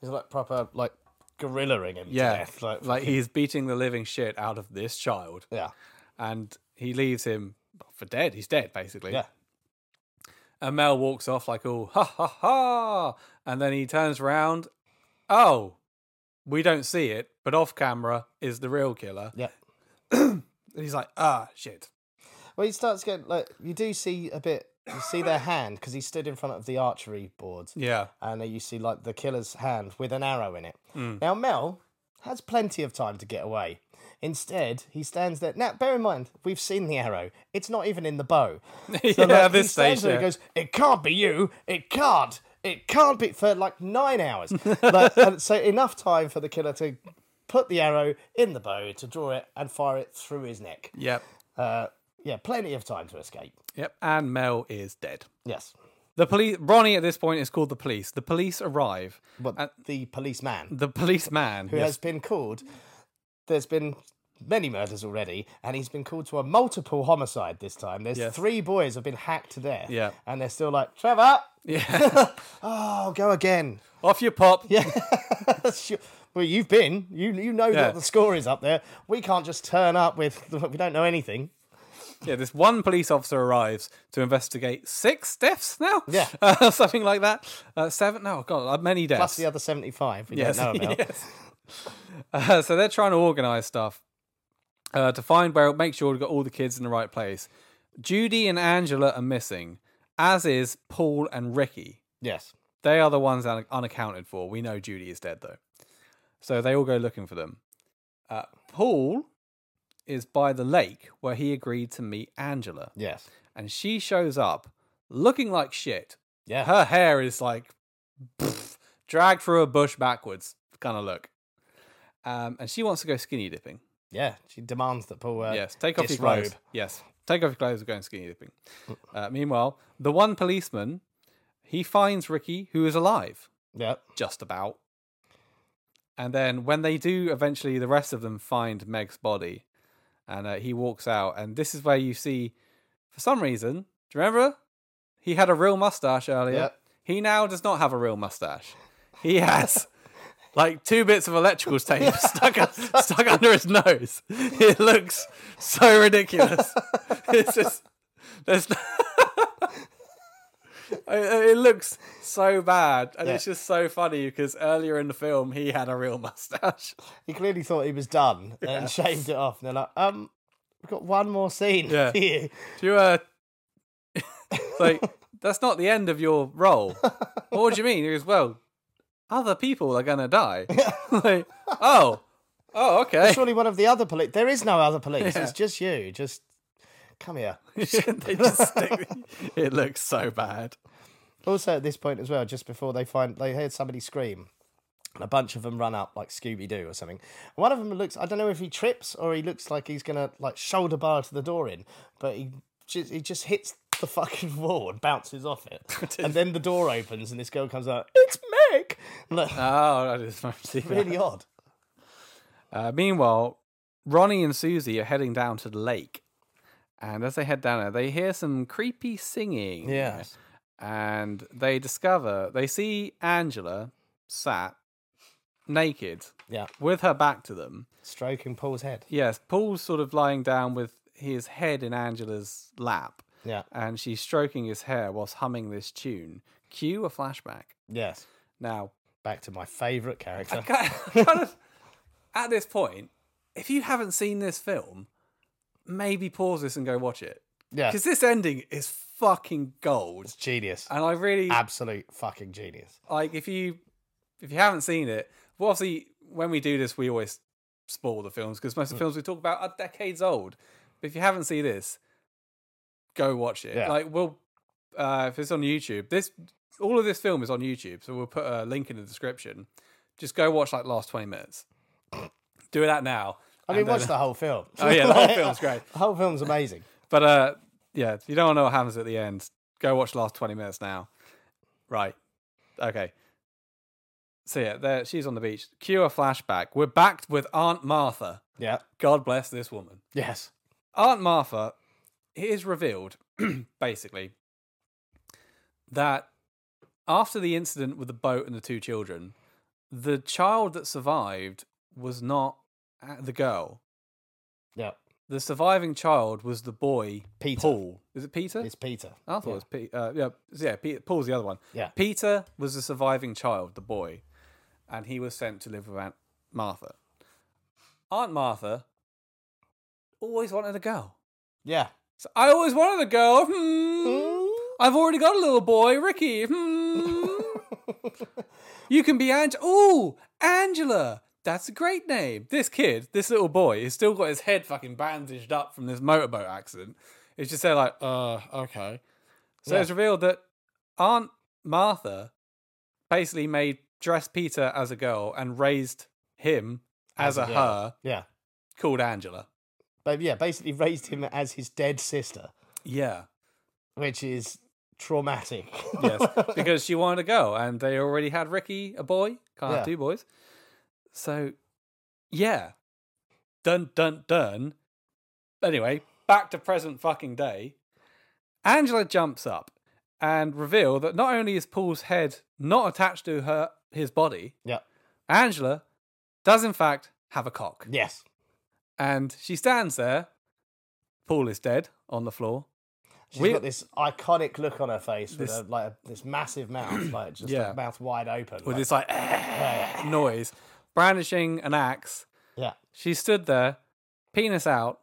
B: He's like proper, like, gorillaing him
A: Yeah,
B: to death. Like,
A: like he's beating the living shit out of this child.
B: yeah.
A: and he leaves him for dead. He's dead, basically.
B: Yeah.
A: And Mel walks off like, all ha ha ha. And then he turns round. Oh, we don't see it, but off camera is the real killer.
B: Yeah.
A: And he's like, ah, shit.
B: Well, he starts getting like you do see a bit. You see their hand because he stood in front of the archery boards,
A: (laughs) Yeah.
B: and then you see like the killer's hand with an arrow in it. Now Mel has plenty of time to get away. Instead, he stands there. Now, bear in mind, we've seen the arrow. It's not even in the bow. So,
A: Yeah,
B: like,
A: this
B: he
A: stage,
B: stands there and
A: yeah.
B: goes, "It can't be you. It can't. It can't be." For like nine hours.
A: (laughs)
B: like, and so enough time for the killer to put the arrow in the bow to draw it and fire it through his neck.
A: Yep.
B: Yeah, plenty of time to escape.
A: Yep. And Mel is dead.
B: Yes,
A: The police. Ronnie at this point is called the police. The police arrive.
B: but
A: And-
B: the policeman
A: The policeman.
B: who
A: Yes.
B: has been called. There's been many murders already, and he's been called to a multiple homicide this time. There's
A: Yes.
B: three boys have been hacked to death.
A: Yeah.
B: and they're still like Trevor.
A: (laughs) Yeah.
B: Oh, go again.
A: Off you
B: (laughs)
A: pop. Yeah.
B: Sure. Well, you've been. You you know
A: Yeah.
B: that the score is up there. We can't just turn up with. We don't know anything.
A: This one police officer arrives to investigate six deaths now.
B: Yeah.
A: (laughs) Uh, something like that. Uh, seven. No, God, uh, many deaths.
B: Plus the other seventy-five.
A: (laughs)
B: We don't know about.
A: yes. Uh, so they're trying to organize stuff uh, to find where make sure we've got all the kids in the right place. Judy and Angela are missing, as is Paul and Ricky.
B: Yes.
A: They are the ones un- unaccounted for. We know Judy is dead though, so they all go looking for them. Uh, Paul is by the lake where he agreed to meet Angela,
B: Yes.
A: and she shows up looking like shit.
B: Yeah.
A: Her hair is like pff, dragged through a bush backwards kind of look. Um, and she wants to go skinny dipping.
B: Yeah. She demands that Paul. Uh,
A: yes, take off your
B: disrobe. Mm.
A: clothes. Yes, take off your clothes. We're going skinny dipping. Uh, meanwhile, the one policeman he finds Ricky, who is alive,
B: Yeah.
A: just about. And then when they do, eventually the rest of them find Meg's body, and uh, he walks out. And this is where you see, for some reason, do you remember? He had a real mustache earlier.
B: Yep.
A: He now does not have a real mustache. He has like two bits of electrical tape (laughs) stuck up, stuck under his nose. It looks so ridiculous. (laughs) it's just there's. No... It it looks so bad, and it's
B: Yeah.
A: just so funny because earlier in the film he had a real (laughs) mustache.
B: He clearly thought he was done and (laughs) shaved it off. And they're like, um, we've got one more scene.
A: Yeah.
B: (laughs) here."
A: Do you, uh, (laughs) it's like that's not the end of your role. what do you mean? He goes, well, other people are gonna die. (laughs) like, oh, oh, okay. (laughs)
B: Surely one of the other police. There is no other police. It's just you. Just come here.
A: they just stick. (laughs) It looks so bad.
B: Also, at this point as well, just before they find, they heard somebody scream, and a bunch of them run up like Scooby Doo or something. One of them looks, I don't know if he trips or he looks like he's gonna like shoulder bar to the door in, but he just he just hits the fucking wall and bounces off it, and then the door opens and this girl comes out. It's Meg. Like,
A: (laughs) Oh, I just won't see that.
B: really odd.
A: Uh, meanwhile, Ronnie and Susie are heading down to the lake, and as they head down there, they hear some creepy singing. and they discover they see Angela sat naked
B: Yeah.
A: with her back to them.
B: Stroking Paul's head.
A: Yes, Paul's sort of lying down with his head in Angela's lap,
B: Yeah.
A: and she's stroking his hair whilst humming this tune. Cue a flashback.
B: Yes.
A: Now,
B: Back to my favourite character.
A: kind of, at this point, if you haven't seen this film, maybe pause this and go watch it
B: Yeah.
A: because this ending is fucking gold.
B: Genius.
A: And I really,
B: Absolute fucking genius.
A: like if you if you haven't seen it well obviously when we do this we always spoil the films because most of the films we talk about are decades old but if you haven't seen this go watch it
B: Yeah.
A: like we'll uh if it's on youtube this all of this film is on youtube so we'll put a link in the description just go watch like last 20 minutes do that now
B: I mean,
A: And then-
B: watch the whole film.
A: (laughs) oh yeah the whole film's great
B: (laughs) The whole film's amazing.
A: but uh, yeah, if you don't want to know what happens at the end, go watch the last twenty minutes now. Right. Okay. So yeah, there she's on the beach. Cue a flashback. We're backed with Aunt Martha.
B: Yeah.
A: God bless this woman.
B: Yes.
A: Aunt Martha it is revealed, (clears throat) basically, that after the incident with the boat and the two children, the child that survived was not uh, the girl.
B: Yeah.
A: The surviving child was the boy
B: Peter.
A: Paul. Is it Peter?
B: It's Peter.
A: I thought it was Pete. Uh, yeah, yeah. Pete, Paul's the other one.
B: Yeah.
A: Peter was the surviving child, the boy, and he was sent to live with Aunt Martha. Aunt Martha always wanted a girl.
B: Yeah.
A: So I always wanted a girl. Hmm. I've already got a little boy,
B: (laughs)
A: Ricky. Hmm. you can be Angela. Ooh, Angela. that's a great name. This kid, this little boy, he's still got his head fucking bandaged up from this motorboat accident. It's just there like, uh, okay. So
B: Yeah.
A: it's revealed that Aunt Martha basically made dress Peter as a girl and raised him as,
B: As a
A: a
B: girl.
A: her
B: Yeah.
A: called Angela.
B: But yeah, basically raised him as his dead sister,
A: Yeah.
B: which is traumatic. (laughs)
A: Yes, because she wanted a girl, and they already had Ricky, a boy. Can't
B: Yeah.
A: have two boys. So, yeah. Dun dun dun. Anyway, back to present fucking day. Angela jumps up and reveal that not only is Paul's head not attached to her his body,
B: yeah.
A: Angela does in fact have a cock.
B: Yes.
A: And she stands there. Paul is dead on the floor.
B: She's
A: We-
B: got this iconic look on her face with
A: This-
B: a, like a, this massive mouth, like just
A: Yeah.
B: like, mouth wide open.
A: With
B: like- (clears throat)
A: this like (laughs) noise, brandishing an axe.
B: yeah.
A: She stood there, penis out,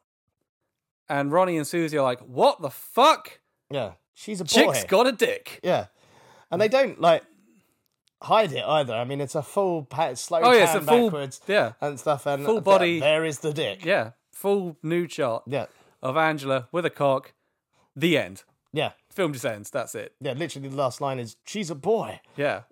A: and Ronnie and Susie are like, "What the fuck?
B: Yeah. She's a boy.
A: Chick's got a dick."
B: Yeah, and they don't like hide it either. I mean, it's a full pa- slow
A: Oh, yeah, it's
B: pan
A: a full-
B: backwards,
A: yeah.
B: and stuff, and
A: Full
B: th-
A: body-
B: There is the dick.
A: Yeah, full nude shot
B: yeah,
A: of Angela with a cock. The end.
B: yeah,
A: Film just ends. That's it.
B: yeah. Literally, the last line is "She's a boy." (laughs)
A: Yeah.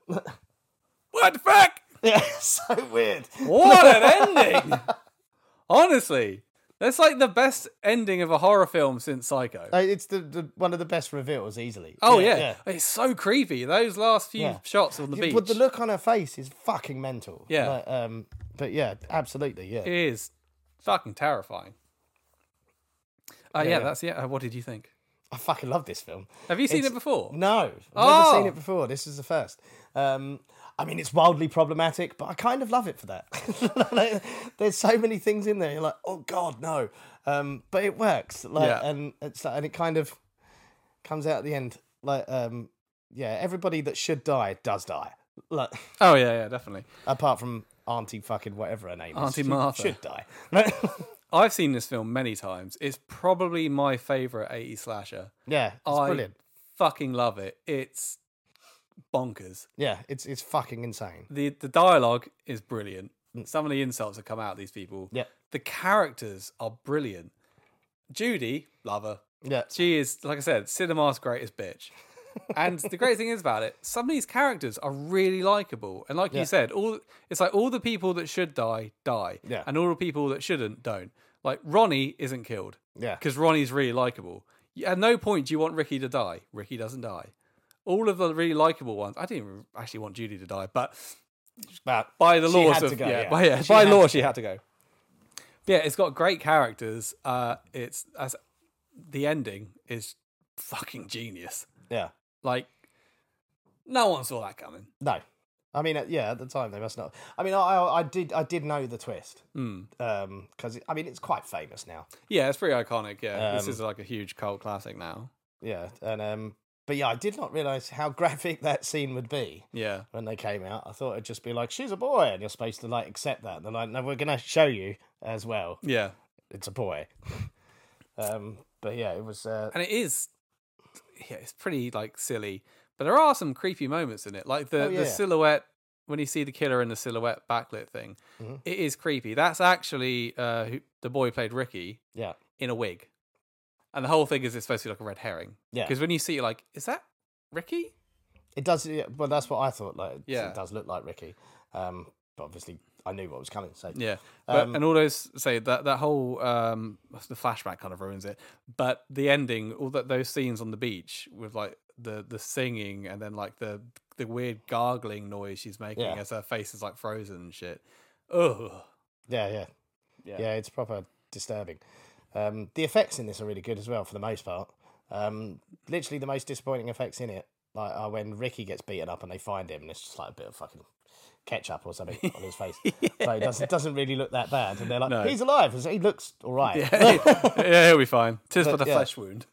A: what the fuck?
B: Yeah, so weird.
A: What
B: (laughs)
A: an ending! (laughs) Honestly, that's like the best ending of a horror film since Psycho.
B: Uh, It's the, the one of the best reveals, easily.
A: Oh yeah, it's so creepy. Those last few
B: Yeah.
A: shots on the beach.
B: But the look on her face is fucking mental.
A: Yeah.
B: Like, um, but yeah, absolutely. Yeah.
A: It is fucking terrifying. Uh, yeah,
B: yeah.
A: that's yeah. Uh, what did you think?
B: I fucking love this film.
A: Have you seen
B: It's-
A: it before?
B: No, I've
A: Oh.
B: never seen it before. This is the first. Um, I mean, it's wildly problematic, but I kind of love it for that. (laughs) Like, there's so many things in there. You're like, oh god, no. Um, but it works. Like,
A: Yeah.
B: and it's like, and it kind of comes out at the end. Like, um, yeah, everybody that should die does die. Like, (laughs)
A: Oh yeah, yeah, definitely.
B: apart from Auntie fucking whatever her name
A: Auntie
B: is. She
A: Martha.
B: should die. (laughs)
A: I've seen this film many times. It's probably my favorite 80s slasher.
B: yeah, it's
A: I
B: brilliant.
A: fucking love it. It's bonkers.
B: Yeah, it's it's fucking insane.
A: The the dialogue is brilliant. Some of the insults that come out of these people.
B: Mm. Yeah.
A: The characters are brilliant. Judy, love her.
B: Yeah,
A: She is, like I said, cinema's greatest bitch. And the great thing is about it, some of these characters are really likable. And like
B: Yeah.
A: you said, all it's like all the people that should die die,
B: Yeah.
A: and all the people that shouldn't don't. Like Ronnie isn't killed
B: yeah,
A: because Ronnie's really likable. Y- At no point do you want Ricky to die. Ricky doesn't die. All of the really likable ones. I didn't even actually want Judy to die, but
B: but
A: by the
B: She
A: laws
B: had
A: of
B: to go,
A: yeah,
B: yeah.
A: by, yeah,
B: She
A: by
B: had
A: law
B: to
A: she had to go. Yeah, it's got great characters. Uh, it's as the ending is fucking genius.
B: yeah.
A: Like no one saw that coming.
B: No, I mean, at- yeah, at the time they must not. I mean, I, I, I did, I did know the twist, because I mean, it's quite famous now.
A: Yeah, it's pretty iconic. Yeah, this
B: Um,
A: is like a huge cult classic now.
B: Yeah, and um, but yeah, I did not realize how (laughs) graphic that scene would be
A: Yeah,
B: when they came out. I thought it'd just be like, she's a boy, and you're supposed to like accept that. And they're like, no, we're gonna show you as well.
A: yeah,
B: It's a boy. (laughs) um, but yeah, it was. Uh,
A: and it is. Yeah, it's pretty like silly, but there are some creepy moments in it, like the
B: Oh, yeah.
A: the silhouette when you see the killer in the silhouette backlit thing.
B: Mm-hmm.
A: it is creepy. That's actually uh, who, the boy who played Ricky.
B: yeah,
A: in a wig. And the whole thing is it's supposed to be like a red herring.
B: Yeah.
A: Because when you see it, you're like, is that Ricky?
B: it does. Yeah, well, that's what I thought. Like,
A: Yeah.
B: it does look like Ricky. Um, but obviously, I knew what was coming. So
A: Yeah. But,
B: Um,
A: and all those say that that whole um the flashback kind of ruins it. But the ending, all that those scenes on the beach with like the the singing and then like the the weird gargling noise she's making
B: Yeah.
A: as her face is like frozen and shit.
B: (laughs)
A: Ugh. (laughs)
B: Yeah, yeah, yeah. it's proper disturbing. Um, the effects in this are really good as well, for the most part. Um, literally, the most disappointing effects in it like are when Ricky gets beaten up and they find him, and it's just like a bit of fucking ketchup or something on his face. So it doesn't doesn't really look that bad. And they're like,
A: No.
B: he's alive. He looks all right.
A: yeah, he'll be fine. Tis but,
B: But,
A: a
B: yeah.
A: flesh wound.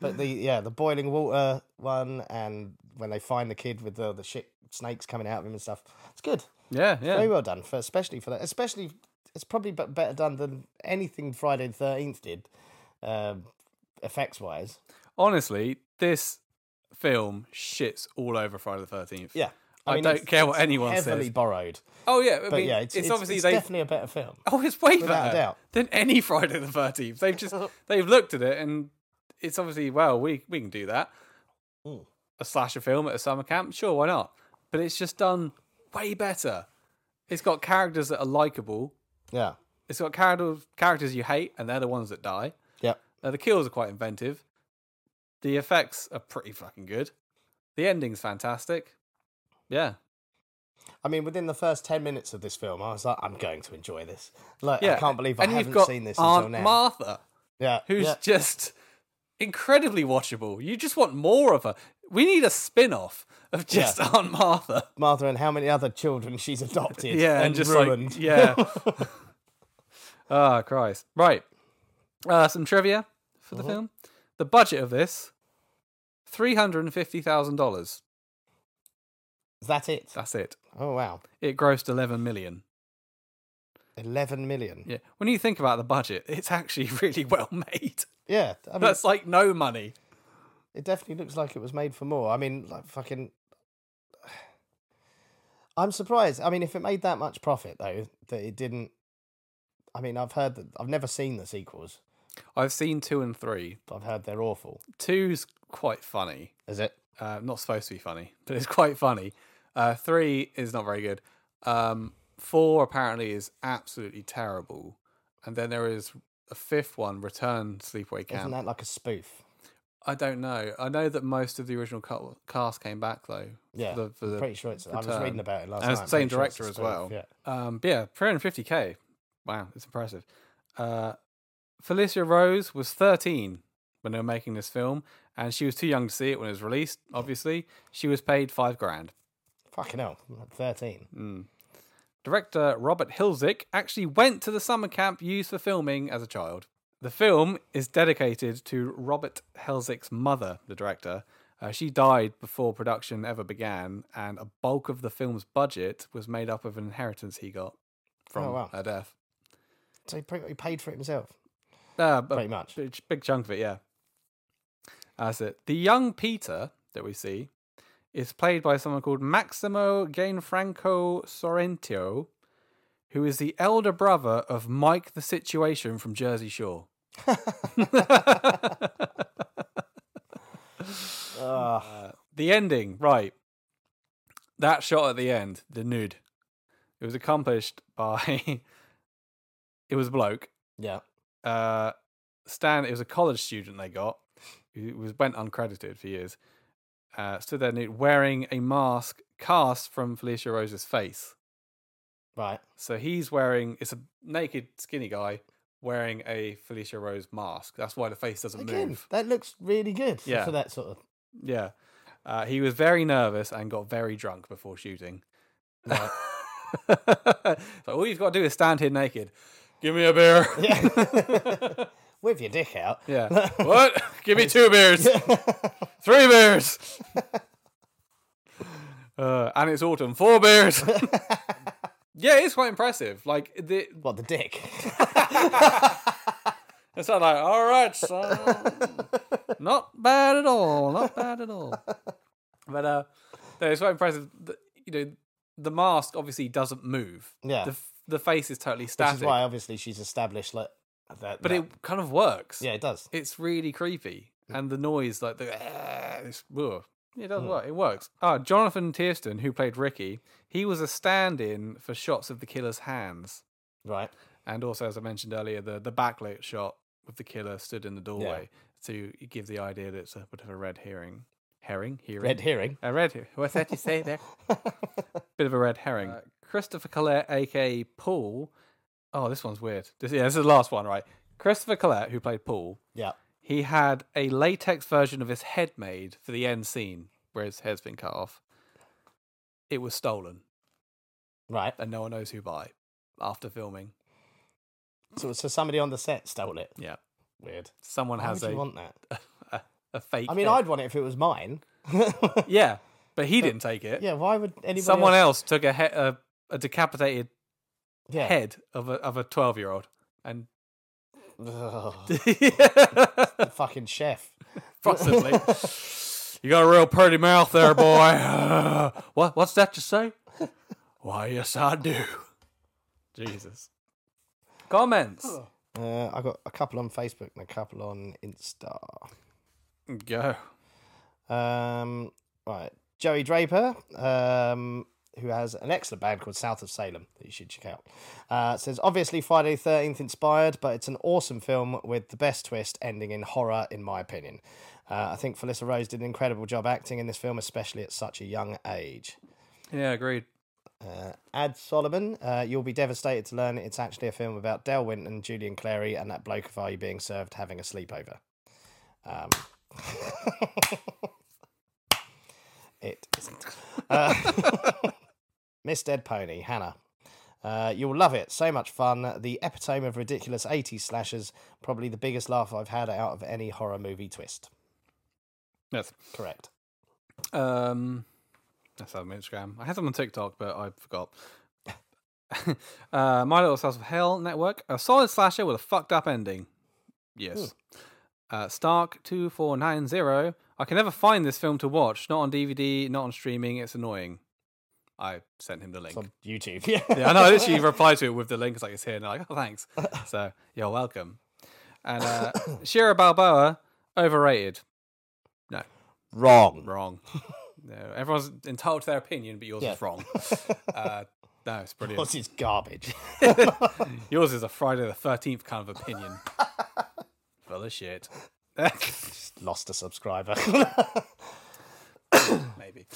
B: But the yeah, the boiling water one, and when they find the kid with the the shit snakes coming out of him and stuff, it's good.
A: Yeah,
B: (laughs)
A: yeah.
B: Very well done, for, especially for that. Especially, it's probably be- better done than anything Friday the Thirteenth did, um, effects wise.
A: Honestly, this film shits all over Friday the thirteenth.
B: Yeah,
A: I,
B: mean,
A: don't
B: it's-
A: care what
B: it's
A: anyone
B: heavily
A: says.
B: borrowed.
A: Oh yeah, I
B: But
A: mean,
B: yeah,
A: it's,
B: it's, it's-
A: obviously
B: it's
A: they.
B: definitely a better film.
A: (laughs) Oh, it's way
B: Without a
A: better
B: doubt.
A: than any (laughs) Friday the Thirteenth. They've
B: (laughs)
A: just they've looked at it and it's obviously well we we can do that. A slasher film at a summer camp, sure, why not? But it's just done way better. It's got characters that are likable.
B: Yeah.
A: It's got characters characters you hate, and they're the ones that die.
B: Yep.
A: Now, the kills are quite inventive. The effects are pretty fucking good. The ending's fantastic. Yeah,
B: I mean, within the first ten minutes of this film, I was like, "I'm going to enjoy this." Like,
A: yeah.
B: I can't believe I
A: and
B: haven't
A: you've got
B: seen this
A: Aunt
B: until now.
A: Martha.
B: yeah,
A: who's
B: yeah.
A: just incredibly watchable. You just want more of her. We need a spin off of just (laughs) Aunt Martha.
B: Martha and how many other children she's adopted?
A: Yeah, and,
B: and
A: just
B: ruined.
A: like yeah. Ah, Christ. Right. Uh, some trivia for
B: Mm-hmm.
A: the film. The budget of this three hundred and fifty thousand dollars.
B: (laughs) Is that it?
A: That's it.
B: Oh wow,
A: It grossed eleven million.
B: eleven million.
A: Yeah. When you think about the budget, it's actually (laughs) really well made.
B: Yeah, I mean,
A: That's like no money.
B: it definitely looks like it was made for more. I mean, like fucking. (sighs) I'm surprised. I mean, if it made that much profit though, that it didn't. I mean, I've heard that I've never seen the sequels,
A: I've seen two and three.
B: but I've heard they're awful.
A: Two's quite funny.
B: Is it?
A: Uh, not supposed to be funny, but it's (laughs) quite funny. Uh, three is not very good. Um, four apparently is absolutely terrible, and then there is a fifth one, Return Sleepaway
B: Isn't
A: Camp.
B: that like a spoof?
A: I don't know. I know that most of the original ca- cast came back though. for
B: Yeah,
A: the- for the
B: I'm pretty sure it's. I was
A: return.
B: reading about it last
A: And it's
B: night.
A: the same
B: Pretty sure it's
A: director
B: a
A: as
B: spoof,
A: well.
B: Yeah.
A: Um, but yeah, 350k. Wow, it's impressive. Uh, Felicia Rose was 13 when they were making this film, and she was too young to see it when it was released. Obviously, she was paid five grand.
B: Fucking hell, I'm at thirteen.
A: Mm. Director Robert Hilzick actually went to the summer camp used for filming as a child. The film is dedicated to Robert Hilzick's mother, the director. Uh, she died before production ever began, and a bulk of the film's budget was made up of an inheritance he got from
B: Oh, wow.
A: her death.
B: So he pretty- he paid for it himself.
A: Uh, but
B: Pretty much.
A: Big, big chunk of it, yeah. That's it. The young Peter that we see is played by someone called Maximo Gianfranco Sorrentino, who is the elder brother of Mike the Situation from Jersey Shore. (laughs) Mm.
B: Ugh.
A: The ending, right. That shot at the end, the nude. It was accomplished by. (laughs) it was a bloke.
B: yeah.
A: uh, Stan, it was a college student they got who was went uncredited for years. Uh, stood there nude, wearing a mask cast from Felicia Rose's face.
B: Right.
A: So he's wearing it's a naked skinny guy wearing a Felicia Rose mask. That's why the face doesn't
B: Again,
A: move.
B: that looks really good
A: Yeah.
B: for
A: (laughs)
B: that sort of. (laughs)
A: Yeah. Uh, he was very nervous and got very drunk before shooting. (laughs) so all you've got to do is stand here naked. Give me a beer. (laughs)
B: With your dick out. (laughs)
A: Yeah. what? (laughs) Give me two beers. (laughs) Three beers. (laughs) uh, and it's autumn. Four beers. (laughs) yeah, it's quite impressive. Like the
B: What the dick?
A: it's not like all right,
B: (laughs)
A: son. not bad at all. Not bad at all. But uh, no, it's quite impressive. that, you know, the mask obviously doesn't move.
B: Yeah.
A: The, f- the face is totally
B: Which is
A: static.
B: why obviously she's established like that.
A: but
B: that-
A: it kind of works.
B: yeah, it does.
A: it's really creepy and the noise like the "Ah," it's, ugh. it does work it works ah jonathan tiersten who played ricky he was a stand-in for shots of the killer's hands
B: Right.
A: and also as i mentioned earlier the, the backlit shot with the killer stood in the doorway to give the idea that it's a bit of a red herring herring hearing
B: Red hearing.
A: a red herring what's that you say there bit of a red herring christopher collette aka paul oh this one's weird this, yeah this is the last one right christopher collette who played paul
B: Yeah.
A: he had a latex version of his head made for the end scene where his hair's been cut off. It was stolen,
B: Right.
A: and no one knows who by after filming.
B: So, so somebody on the set stole it.
A: Yeah,
B: Weird.
A: someone
B: Why
A: has
B: would you
A: a,
B: want that?
A: (laughs) a fake.
B: I mean,
A: head.
B: I'd want it if it was mine.
A: (laughs) yeah, but he didn't take it.
B: Yeah. Why would anybody?
A: someone else took a, he- a a decapitated
B: Yeah. (laughs)
A: head of a of a twelve year old, and
B: Ugh,
A: possibly
B: fucking chef.
A: possibly You got a real pretty mouth there, boy. (laughs) what? What's that you (laughs) say? Why, yes, I do. Jesus. Comments.
B: Uh, I got a couple on Facebook and a couple on Insta.
A: Go.
B: Um, right, Joey Draper, um, who has an excellent band called South of Salem that you should check out. Uh, says obviously Friday the Thirteenth inspired, but it's an awesome film with the best twist ending in horror, in my opinion. Uh, I think Felissa Rose did an incredible job acting in this film, especially at such a young age.
A: Yeah, agreed.
B: Uh, Ad Solomon, uh, you'll be devastated to learn it's actually a film about Del Winton, Julian Clary, and that bloke of are you being served having a sleepover. Um, (laughs) it isn't. Uh, (laughs) Miss Dead Pony, Hannah. Uh, you'll love it. So much fun. The epitome of ridiculous 80s slashers. Probably the biggest laugh I've had out of any horror movie twist.
A: Yes.
B: Correct.
A: Um, that's on Instagram. I had them on TikTok, but I forgot. (laughs) uh, My Little House of Hell Network, a solid slasher with a fucked up ending. Yes. Uh, Stark two four nine zero. I can never find this film to watch. Not on DVD. Not on streaming. It's annoying. I sent him the link.
B: It's on YouTube.
A: (laughs)
B: (laughs)
A: Yeah, I know. I literally replied to it with the link. It's like it's here, and I'm like, oh, thanks. So you're welcome. And uh, (coughs) Shira Balboa overrated.
B: Wrong. (laughs)
A: Wrong. No, everyone's entitled to their opinion, but yours
B: Yeah.
A: is
B: (laughs)
A: wrong. Uh, no, it's brilliant.
B: What's his garbage? (laughs)
A: Yours is a Friday the Thirteenth kind of opinion.
B: (laughs)
A: Full of shit.
B: Lost a subscriber.
A: (laughs)
B: (laughs)
A: Maybe.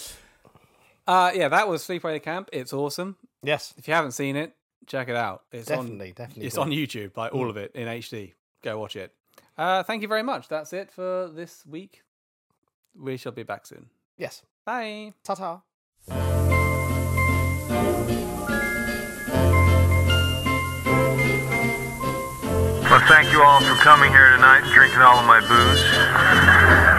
A: Uh, yeah, that was Sleepaway Camp. It's awesome.
B: yes.
A: If you haven't seen it, check it out. It's on
B: Definitely, definitely.
A: It's
B: do. Mm.
A: on YouTube, like all of it in HD. Go watch it. Uh, thank you very much. That's it for this week. We shall be back soon.
B: Yes.
A: Bye.
B: Ta ta.
F: Well, thank you all for coming here tonight and drinking all of my booze.